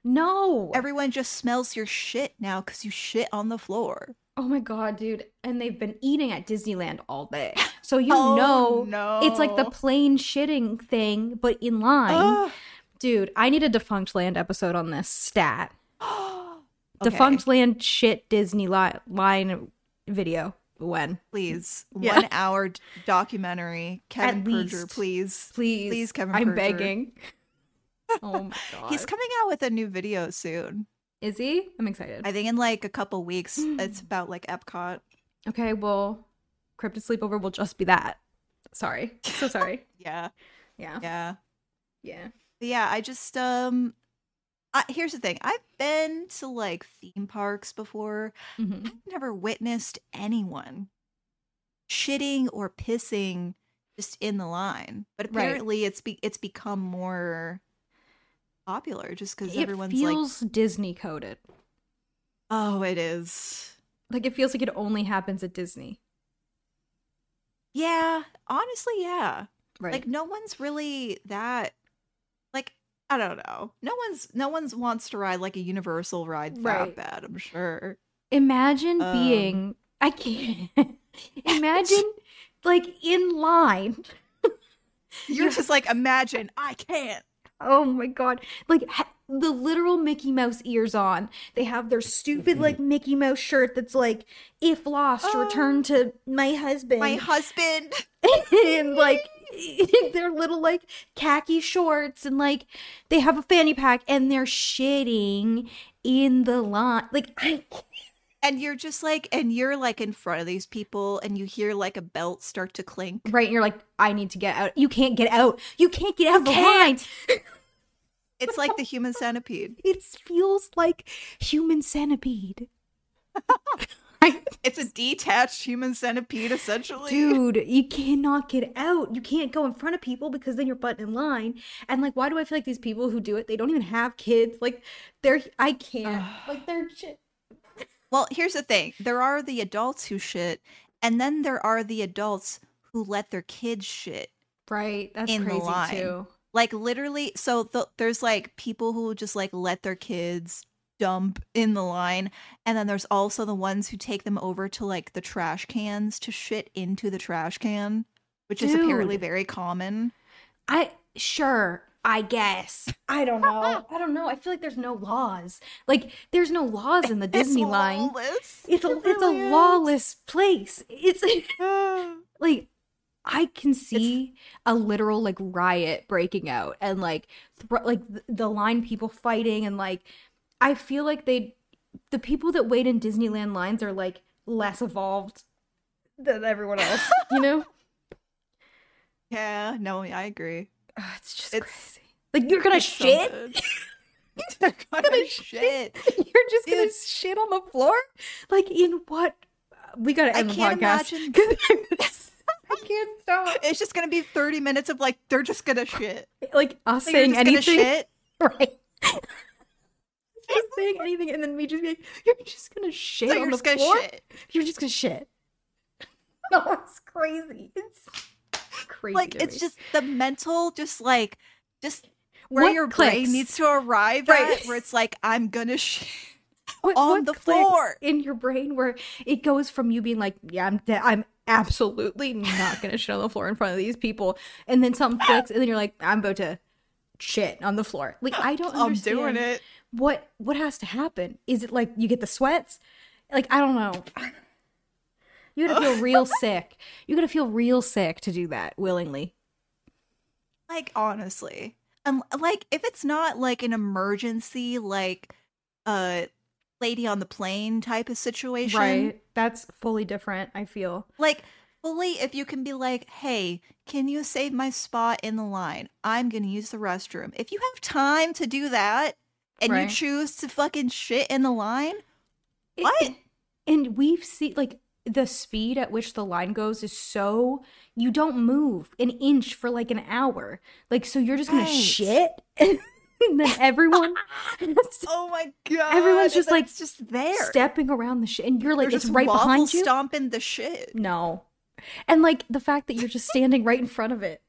Speaker 2: No.
Speaker 1: everyone just smells your shit now cuz you shit on the floor.
Speaker 2: oh my god, dude. And they've been eating at Disneyland all day. So you
Speaker 1: Oh,
Speaker 2: know
Speaker 1: no.
Speaker 2: it's like the plain shitting thing, but in line. Dude, I need a defunct land episode on this stat.
Speaker 1: Ugh.
Speaker 2: Defunct land shit Disney li- line video. When?
Speaker 1: please
Speaker 2: Yeah.
Speaker 1: 1 hour d- documentary Kevin Berger
Speaker 2: least.
Speaker 1: please.
Speaker 2: Please.
Speaker 1: Please, Kevin
Speaker 2: I'm
Speaker 1: Berger.
Speaker 2: begging. Oh my god.
Speaker 1: He's coming out with a new video soon.
Speaker 2: Is he? I'm excited.
Speaker 1: I think in like a couple weeks it's about like Epcot.
Speaker 2: okay, well, Cryptid Sleepover will just be that. Sorry. So sorry.
Speaker 1: Yeah.
Speaker 2: Yeah.
Speaker 1: Yeah.
Speaker 2: Yeah.
Speaker 1: But yeah, I just um I, here's the thing. I've been to like theme parks before.
Speaker 2: hmm
Speaker 1: I've never witnessed anyone shitting or pissing just in the line. But
Speaker 2: Right.
Speaker 1: apparently it's be- it's become more popular just cuz
Speaker 2: It
Speaker 1: everyone's like
Speaker 2: feels Disney coded.
Speaker 1: oh, it is.
Speaker 2: Like it feels like it only happens at Disney.
Speaker 1: Yeah, honestly, yeah.
Speaker 2: Right.
Speaker 1: Like no one's really that like I don't know. No one's no one's wants to ride like a universal ride that
Speaker 2: Right.
Speaker 1: bad, I'm sure.
Speaker 2: Imagine
Speaker 1: Um,
Speaker 2: being I can't imagine like in line
Speaker 1: You're just like, imagine, I can't.
Speaker 2: Oh my god. Like ha- the literal Mickey Mouse ears on. They have their stupid like Mickey Mouse shirt that's like if lost
Speaker 1: Oh.
Speaker 2: return to my husband.
Speaker 1: My husband.
Speaker 2: and like their little like khaki shorts and like they have a fanny pack and they're shitting in the line. Like I
Speaker 1: And you're just like, and you're like in front of these people and you hear like a belt start to clink.
Speaker 2: right and you're like I need to get out. You can't get out. You can't get out of the line.
Speaker 1: It's like the human centipede.
Speaker 2: It feels like human centipede.
Speaker 1: It's a detached human centipede, essentially.
Speaker 2: Dude, you cannot get out. You can't go in front of people because then you're butt in line. And like, why do I feel like these people who do it, they don't even have kids? Like, they're I can't. like, they're shit.
Speaker 1: Well, here's the thing there are the adults who shit, and then there are the adults who let their kids shit.
Speaker 2: Right. That's
Speaker 1: In the
Speaker 2: crazy
Speaker 1: line.
Speaker 2: too.
Speaker 1: Like, literally, so th- there's like people who just like let their kids dump in the line. And then there's also the ones who take them over to like the trash cans to shit into the trash can, which is apparently
Speaker 2: Dude.
Speaker 1: very common.
Speaker 2: I sure. I guess. I don't know. I don't know. I feel like there's no laws. Like, there's no laws in the Disney line.
Speaker 1: lawless.
Speaker 2: It's a
Speaker 1: It
Speaker 2: it's a
Speaker 1: really is.
Speaker 2: lawless place. It's
Speaker 1: Ah.
Speaker 2: like I can see a literal like riot breaking out and like thr like th- the line people fighting and like I feel like they the people that wait in Disneyland lines are like less evolved than everyone else, you know?
Speaker 1: Yeah, no, I agree.
Speaker 2: Ugh, it's just
Speaker 1: It's-
Speaker 2: crazy. Like you're gonna
Speaker 1: It's so
Speaker 2: shit?
Speaker 1: good.
Speaker 2: You're
Speaker 1: Gonna shit.
Speaker 2: You're just gonna
Speaker 1: Dude.
Speaker 2: shit on the floor? Like in what? We gotta
Speaker 1: I
Speaker 2: end the
Speaker 1: can't
Speaker 2: podcast.
Speaker 1: imagine-
Speaker 2: 'Cause I can't stop.
Speaker 1: It's just gonna be 30 minutes of like they're just gonna shit.
Speaker 2: Like us
Speaker 1: Like,
Speaker 2: saying
Speaker 1: you're just gonna
Speaker 2: anything.
Speaker 1: shit.
Speaker 2: Right. just saying anything, and then me just be like, "You're just gonna shit
Speaker 1: So
Speaker 2: on
Speaker 1: you're
Speaker 2: the
Speaker 1: just gonna
Speaker 2: floor.
Speaker 1: shit.
Speaker 2: You're just gonna shit." No, it's crazy. It's crazy.
Speaker 1: Like
Speaker 2: to
Speaker 1: it's
Speaker 2: me.
Speaker 1: just the mental, just like just where
Speaker 2: What
Speaker 1: your
Speaker 2: clicks?
Speaker 1: brain needs to arrive
Speaker 2: Right.
Speaker 1: at, where it's like I'm gonna shit.
Speaker 2: What-
Speaker 1: on
Speaker 2: what
Speaker 1: the
Speaker 2: clicks
Speaker 1: floor.
Speaker 2: in your brain where it goes from you being like, "Yeah, I'm de- I'm absolutely not gonna shit on the floor in front of these people," and then something clicks, and then you're like, "I'm about to shit on the floor." Like I don't.
Speaker 1: I'm
Speaker 2: Understand.
Speaker 1: doing it.
Speaker 2: what what has to happen is it like you get the sweats like i don't know you gotta feel real sick you gotta feel real sick to do that willingly
Speaker 1: Like honestly, um, like if it's not like an emergency, like uh, lady on the plane type of situation,
Speaker 2: that's fully different i feel
Speaker 1: Like, fully, if you can be like, hey, can you save my spot in the line? I'm going to use the restroom. If you have time to do that and
Speaker 2: Right.
Speaker 1: you choose to fucking shit in the line,
Speaker 2: It-
Speaker 1: what?
Speaker 2: and we've seen like the speed at which the line goes is so you don't move an inch for like an hour like so you're just gonna
Speaker 1: Right.
Speaker 2: shit and then everyone
Speaker 1: Oh my God.
Speaker 2: Everyone's just,
Speaker 1: and
Speaker 2: like,
Speaker 1: it's just there.
Speaker 2: stepping around the shit and you're like
Speaker 1: They're
Speaker 2: it's
Speaker 1: just
Speaker 2: right
Speaker 1: waffle
Speaker 2: behind you
Speaker 1: stomping the shit.
Speaker 2: No. And like the fact that you're just standing right in front of it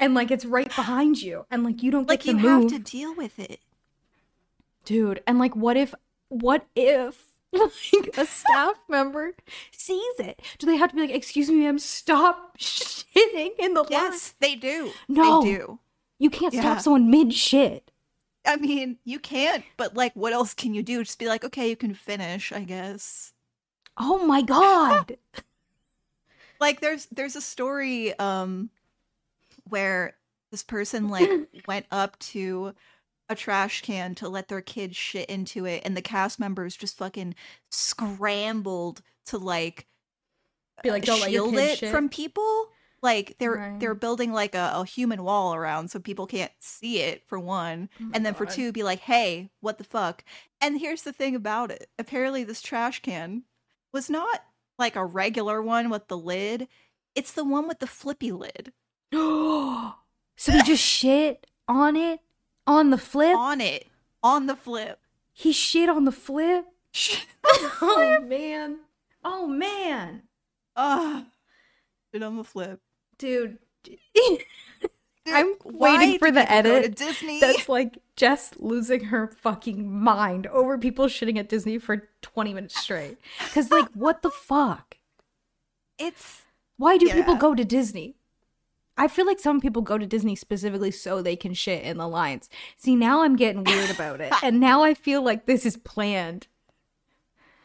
Speaker 2: and like it's right behind you and like you don't get
Speaker 1: Like,
Speaker 2: to
Speaker 1: you
Speaker 2: move.
Speaker 1: have to deal with it.
Speaker 2: Dude, and like what if what if like a staff member sees it? Do they have to be like, "Excuse me, ma'am, stop shitting in the line?"
Speaker 1: Yes, they do.
Speaker 2: No.
Speaker 1: They do.
Speaker 2: You can't
Speaker 1: Yeah.
Speaker 2: stop someone mid shit.
Speaker 1: I mean, you can't, but like, what else can you do? Just be like, okay, you can finish, I guess.
Speaker 2: Oh my god.
Speaker 1: like there's there's a story um where this person like went up to a trash can to let their kid shit into it and the cast members just fucking scrambled to like
Speaker 2: be like, "Don't let your
Speaker 1: shield
Speaker 2: kid
Speaker 1: it
Speaker 2: shit."
Speaker 1: from people like they're
Speaker 2: Right.
Speaker 1: they're building like a, a human wall around so people can't see it for one
Speaker 2: Oh my
Speaker 1: and then for
Speaker 2: God.
Speaker 1: two be like hey what the fuck and here's the thing about it apparently this trash can was not like a regular one with the lid it's the one with the flippy lid
Speaker 2: so he just shit on it on the flip.
Speaker 1: on it on the flip
Speaker 2: He shit on the flip. Oh man. Oh man.
Speaker 1: Ugh. Shit on the flip
Speaker 2: Dude.
Speaker 1: Dude,
Speaker 2: I'm
Speaker 1: why
Speaker 2: waiting for
Speaker 1: do
Speaker 2: the
Speaker 1: people go
Speaker 2: edit
Speaker 1: to disney
Speaker 2: That's like Jess losing her fucking mind over people shitting at Disney for 20 minutes straight. Cuz like what the fuck?
Speaker 1: it's
Speaker 2: Why do people
Speaker 1: Yeah.
Speaker 2: go to Disney? I feel like some people go to Disney specifically so they can shit in the lines. See, now I'm getting weird about it. And now I feel like this is planned.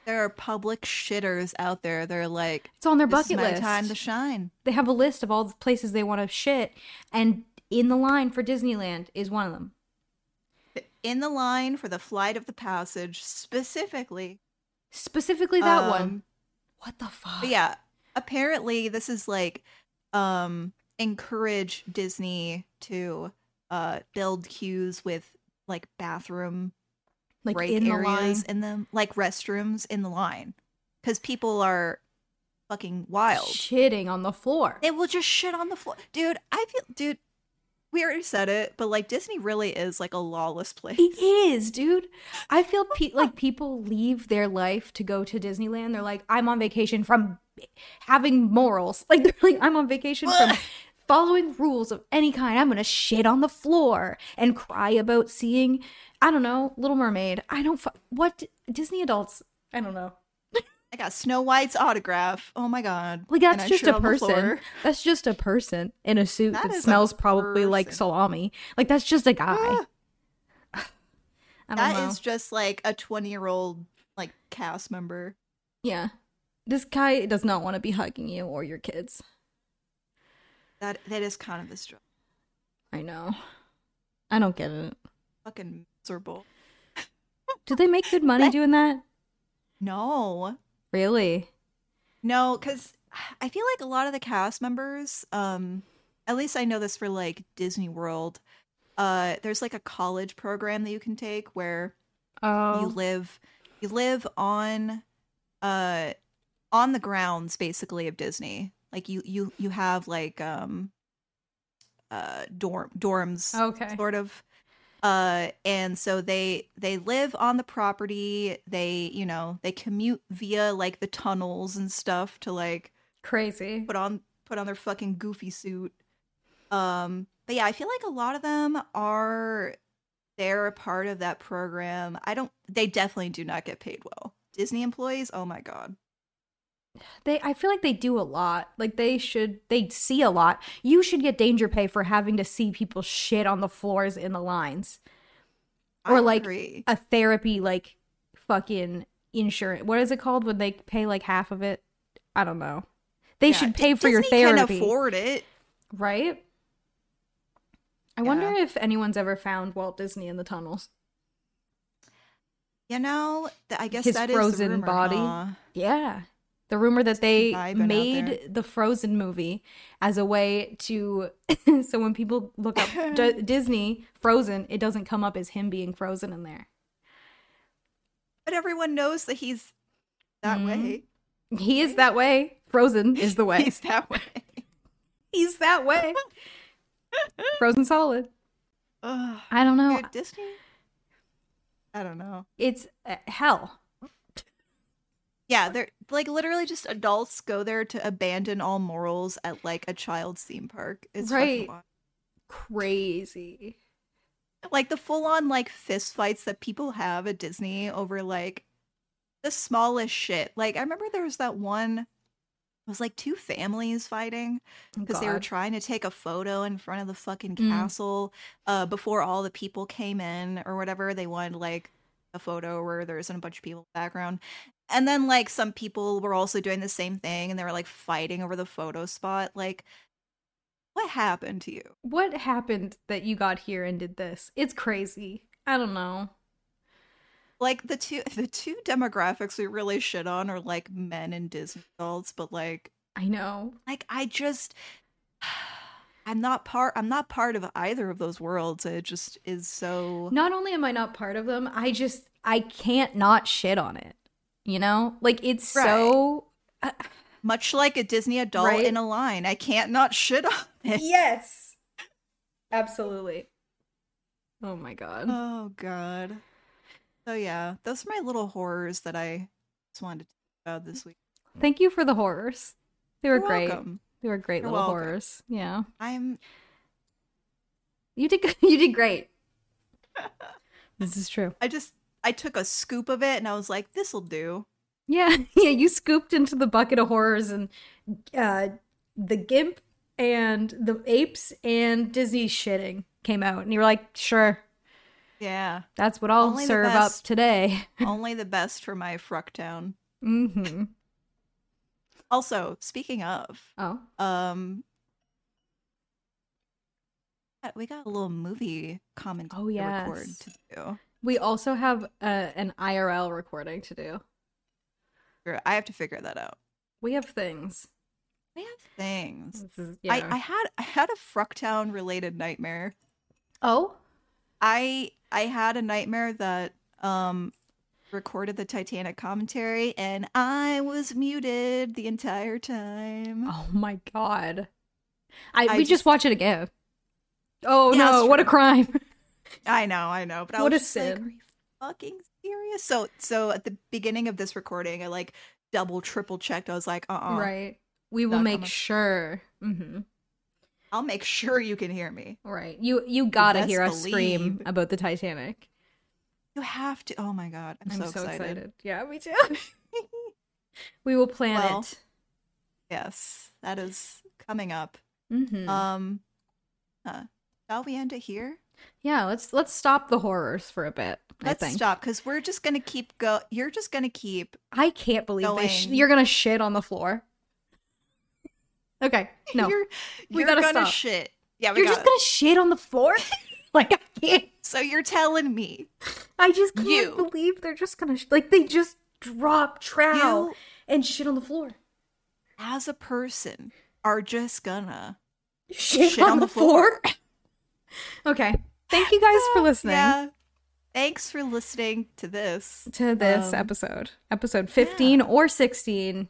Speaker 1: There are public shitters out there. They're like,
Speaker 2: It's on their
Speaker 1: this is
Speaker 2: bucket
Speaker 1: my
Speaker 2: list.
Speaker 1: time to shine.
Speaker 2: they have a list of all the places they want to shit and in the line for Disneyland is one of them.
Speaker 1: In the line for the flight of the passage, specifically.
Speaker 2: Specifically that one.
Speaker 1: Um,
Speaker 2: What the fuck?
Speaker 1: But yeah, apparently this is like um encourage Disney to uh build queues with like bathroom
Speaker 2: Like
Speaker 1: break
Speaker 2: in the line.
Speaker 1: areas in them, like restrooms in the line, because people are fucking wild.
Speaker 2: Shitting on the floor.
Speaker 1: They will just shit on the floor, dude. I feel, dude. We already said it, but like Disney really is like a lawless place.
Speaker 2: It is, dude. I feel pe- like people leave their life to go to Disneyland. They're like, I'm on vacation from having morals. Like they're like, I'm on vacation from following rules of any kind. I'm gonna shit on the floor and cry about seeing, I don't know, Little Mermaid. I don't. Fu- what Disney adults? I don't know.
Speaker 1: I got Snow White's autograph. Oh my god!
Speaker 2: Like
Speaker 1: And
Speaker 2: that's
Speaker 1: I
Speaker 2: just
Speaker 1: shit
Speaker 2: a
Speaker 1: on the
Speaker 2: person.
Speaker 1: floor.
Speaker 2: That's just a person in a suit
Speaker 1: That
Speaker 2: that,
Speaker 1: is a
Speaker 2: smells probably like
Speaker 1: person.
Speaker 2: salami. Like that's just a guy.
Speaker 1: Ah.
Speaker 2: I don't
Speaker 1: That
Speaker 2: know.
Speaker 1: is just like a twenty-year-old like cast member.
Speaker 2: Yeah. This guy does not want to be hugging you or your kids.
Speaker 1: That that is kind of a str-
Speaker 2: I know. I don't get it.
Speaker 1: fucking miserable.
Speaker 2: Do they make good money doing that?
Speaker 1: No,
Speaker 2: Really?
Speaker 1: No, because I feel like a lot of the cast members, um, at least I know this for like Disney World, uh, there's like a college program that you can take where you
Speaker 2: Oh.
Speaker 1: live you live on uh on the grounds basically of Disney. Like you you you have like um uh dorm dorms
Speaker 2: Okay.
Speaker 1: sort of uh and so they they live on the property they you know they commute via like the tunnels and stuff to like
Speaker 2: Crazy.
Speaker 1: put on put on their fucking goofy suit um but yeah i feel like a lot of them are they're a part of that program i don't they definitely do not get paid well disney employees oh my god
Speaker 2: They I feel like they do a lot. Like they should they see a lot. You should get danger pay for having to see people shit on the floors in the lines.
Speaker 1: I
Speaker 2: Or, like, uh,
Speaker 1: agree.
Speaker 2: A therapy like fucking insurance. What is it called when they pay like half of it? I don't know. They
Speaker 1: Yeah,
Speaker 2: should
Speaker 1: Di-
Speaker 2: pay for your
Speaker 1: Disney can
Speaker 2: therapy.
Speaker 1: afford it
Speaker 2: Right? I wonder if anyone's ever found Walt Disney in the tunnels.
Speaker 1: you know th- i guess
Speaker 2: His
Speaker 1: that is the
Speaker 2: frozen
Speaker 1: rumor,
Speaker 2: body.
Speaker 1: huh?
Speaker 2: Yeah. The rumor that they
Speaker 1: vibe out there.
Speaker 2: made the Frozen movie as a way to. so when people look up D- Disney Frozen, it doesn't come up as him being frozen in there.
Speaker 1: but everyone knows that he's that
Speaker 2: Mhm.
Speaker 1: way
Speaker 2: He is that way. Frozen is the way.
Speaker 1: he's that way
Speaker 2: He's that way. frozen solid.
Speaker 1: Ugh.
Speaker 2: I don't know.
Speaker 1: Dude, disney i don't know
Speaker 2: It's uh, hell.
Speaker 1: Yeah, they're like literally just adults go there to abandon all morals at like a child's theme park. It's fucking
Speaker 2: Right.
Speaker 1: wild.
Speaker 2: Crazy.
Speaker 1: Like the full on like fist fights that people have at Disney over like the smallest shit. Like I remember there was that one it was like two families fighting because they were
Speaker 2: God.
Speaker 1: trying to take a photo in front of the fucking
Speaker 2: Mm.
Speaker 1: castle uh before all the people came in or whatever. They wanted like a photo where there isn't a bunch of people in the background. And then like some people were also doing the same thing and they were like fighting over the photo spot. Like what happened to you?
Speaker 2: what happened that you got here and did this? It's crazy. I don't know.
Speaker 1: Like the two the two demographics we really shit on are like men and Disney adults, but like
Speaker 2: I know.
Speaker 1: like I just I'm not part I'm not part of either of those worlds. It just is so
Speaker 2: Not only am I not part of them, I just I can't not shit on it. You know? Like it's so
Speaker 1: much like a Disney adult
Speaker 2: Right?
Speaker 1: in a line. I can't not shit on it.
Speaker 2: Yes. Absolutely. Oh my god.
Speaker 1: Oh god. So yeah, those are my little horrors that I just wanted to talk about this week.
Speaker 2: Thank you for the horrors. They were
Speaker 1: You're
Speaker 2: great.
Speaker 1: welcome.
Speaker 2: They were great
Speaker 1: You're
Speaker 2: little
Speaker 1: welcome.
Speaker 2: horrors. Yeah.
Speaker 1: I'm
Speaker 2: You did good- you did great. this is true.
Speaker 1: I just I took a scoop of it and I was like, this'll do.
Speaker 2: Yeah, yeah, you scooped into the bucket of horrors and uh the gimp and the apes and Disney shitting came out, and you were like, sure,
Speaker 1: Yeah.
Speaker 2: that's what I'll
Speaker 1: Only the
Speaker 2: serve up
Speaker 1: best.
Speaker 2: today.
Speaker 1: Only the best for my Frucktown.
Speaker 2: hmm
Speaker 1: Also, speaking of,
Speaker 2: Oh,
Speaker 1: um we got a little movie commentary
Speaker 2: Oh,
Speaker 1: to record
Speaker 2: yes.
Speaker 1: to do.
Speaker 2: we also have uh, an IRL recording to do.
Speaker 1: Sure, I have to figure that out.
Speaker 2: We have things.
Speaker 1: We have things.
Speaker 2: This is- yeah.
Speaker 1: I, I had I had a Frucktown related nightmare.
Speaker 2: oh,
Speaker 1: I I had a nightmare that um recorded the Titanic commentary and I was muted the entire time.
Speaker 2: oh my god! I,
Speaker 1: I
Speaker 2: we just,
Speaker 1: just-
Speaker 2: watch it again. Oh
Speaker 1: Yeah,
Speaker 2: no!
Speaker 1: that's
Speaker 2: What a
Speaker 1: true.
Speaker 2: crime!
Speaker 1: I know, I know, but I
Speaker 2: What
Speaker 1: was
Speaker 2: a
Speaker 1: just like,
Speaker 2: sin.
Speaker 1: "Are you fucking serious? So so at the beginning of this recording, I like double triple checked. I was like, uh-uh.
Speaker 2: Right. We will
Speaker 1: Not
Speaker 2: make
Speaker 1: coming. Mm-hmm.
Speaker 2: sure. hmm
Speaker 1: I'll make sure you can hear me.
Speaker 2: Right. You you gotta
Speaker 1: best
Speaker 2: hear us scream
Speaker 1: believe.
Speaker 2: about the Titanic.
Speaker 1: You have to. Oh my god, I'm,
Speaker 2: I'm,
Speaker 1: so,
Speaker 2: so excited.
Speaker 1: excited.
Speaker 2: Yeah, me too. we will plan
Speaker 1: Well,
Speaker 2: it.
Speaker 1: Yes, that is coming up.
Speaker 2: hmm
Speaker 1: Um uh, shall we end it here?
Speaker 2: yeah, let's let's stop the horrors for a bit. I
Speaker 1: Let's
Speaker 2: think.
Speaker 1: stop because we're just gonna keep go. You're just gonna keep.
Speaker 2: I can't believe they sh-
Speaker 1: Going.
Speaker 2: you're gonna shit on the floor. Okay, no, you're,
Speaker 1: you're,
Speaker 2: We
Speaker 1: you're
Speaker 2: gotta
Speaker 1: gonna
Speaker 2: stop.
Speaker 1: shit. Yeah, we got
Speaker 2: just gonna shit on the floor. like I can't.
Speaker 1: So you're telling me
Speaker 2: I just can't
Speaker 1: You.
Speaker 2: believe they're just gonna sh- like they just drop trowel
Speaker 1: You-
Speaker 2: and shit on the floor.
Speaker 1: as a person are just gonna
Speaker 2: shit, on, the, floor. okay. Thank you guys for listening
Speaker 1: Uh, Yeah. Thanks for listening to this.
Speaker 2: to this
Speaker 1: Um,
Speaker 2: episode, episode 15 or 16.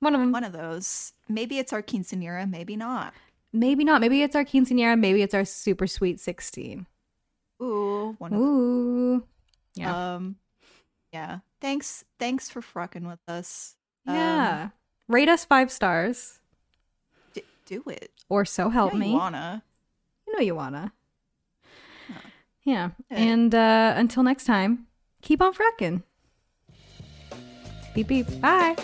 Speaker 2: One of them.
Speaker 1: One of those. Maybe it's our quinceanera, maybe not.
Speaker 2: Maybe not. Maybe it's our quinceanera. Maybe it's our super sweet 16.
Speaker 1: Ooh, one of
Speaker 2: Ooh.
Speaker 1: them.
Speaker 2: Yeah.
Speaker 1: Um, yeah. Thanks. Thanks for frocking with us. Um,
Speaker 2: yeah. Rate us five stars
Speaker 1: d- do it.
Speaker 2: or so help
Speaker 1: Yeah, you
Speaker 2: me.
Speaker 1: wanna.
Speaker 2: You know you wanna. Yeah.
Speaker 1: Yeah.
Speaker 2: And uh, until next time, keep on fracking. Beep beep. Bye.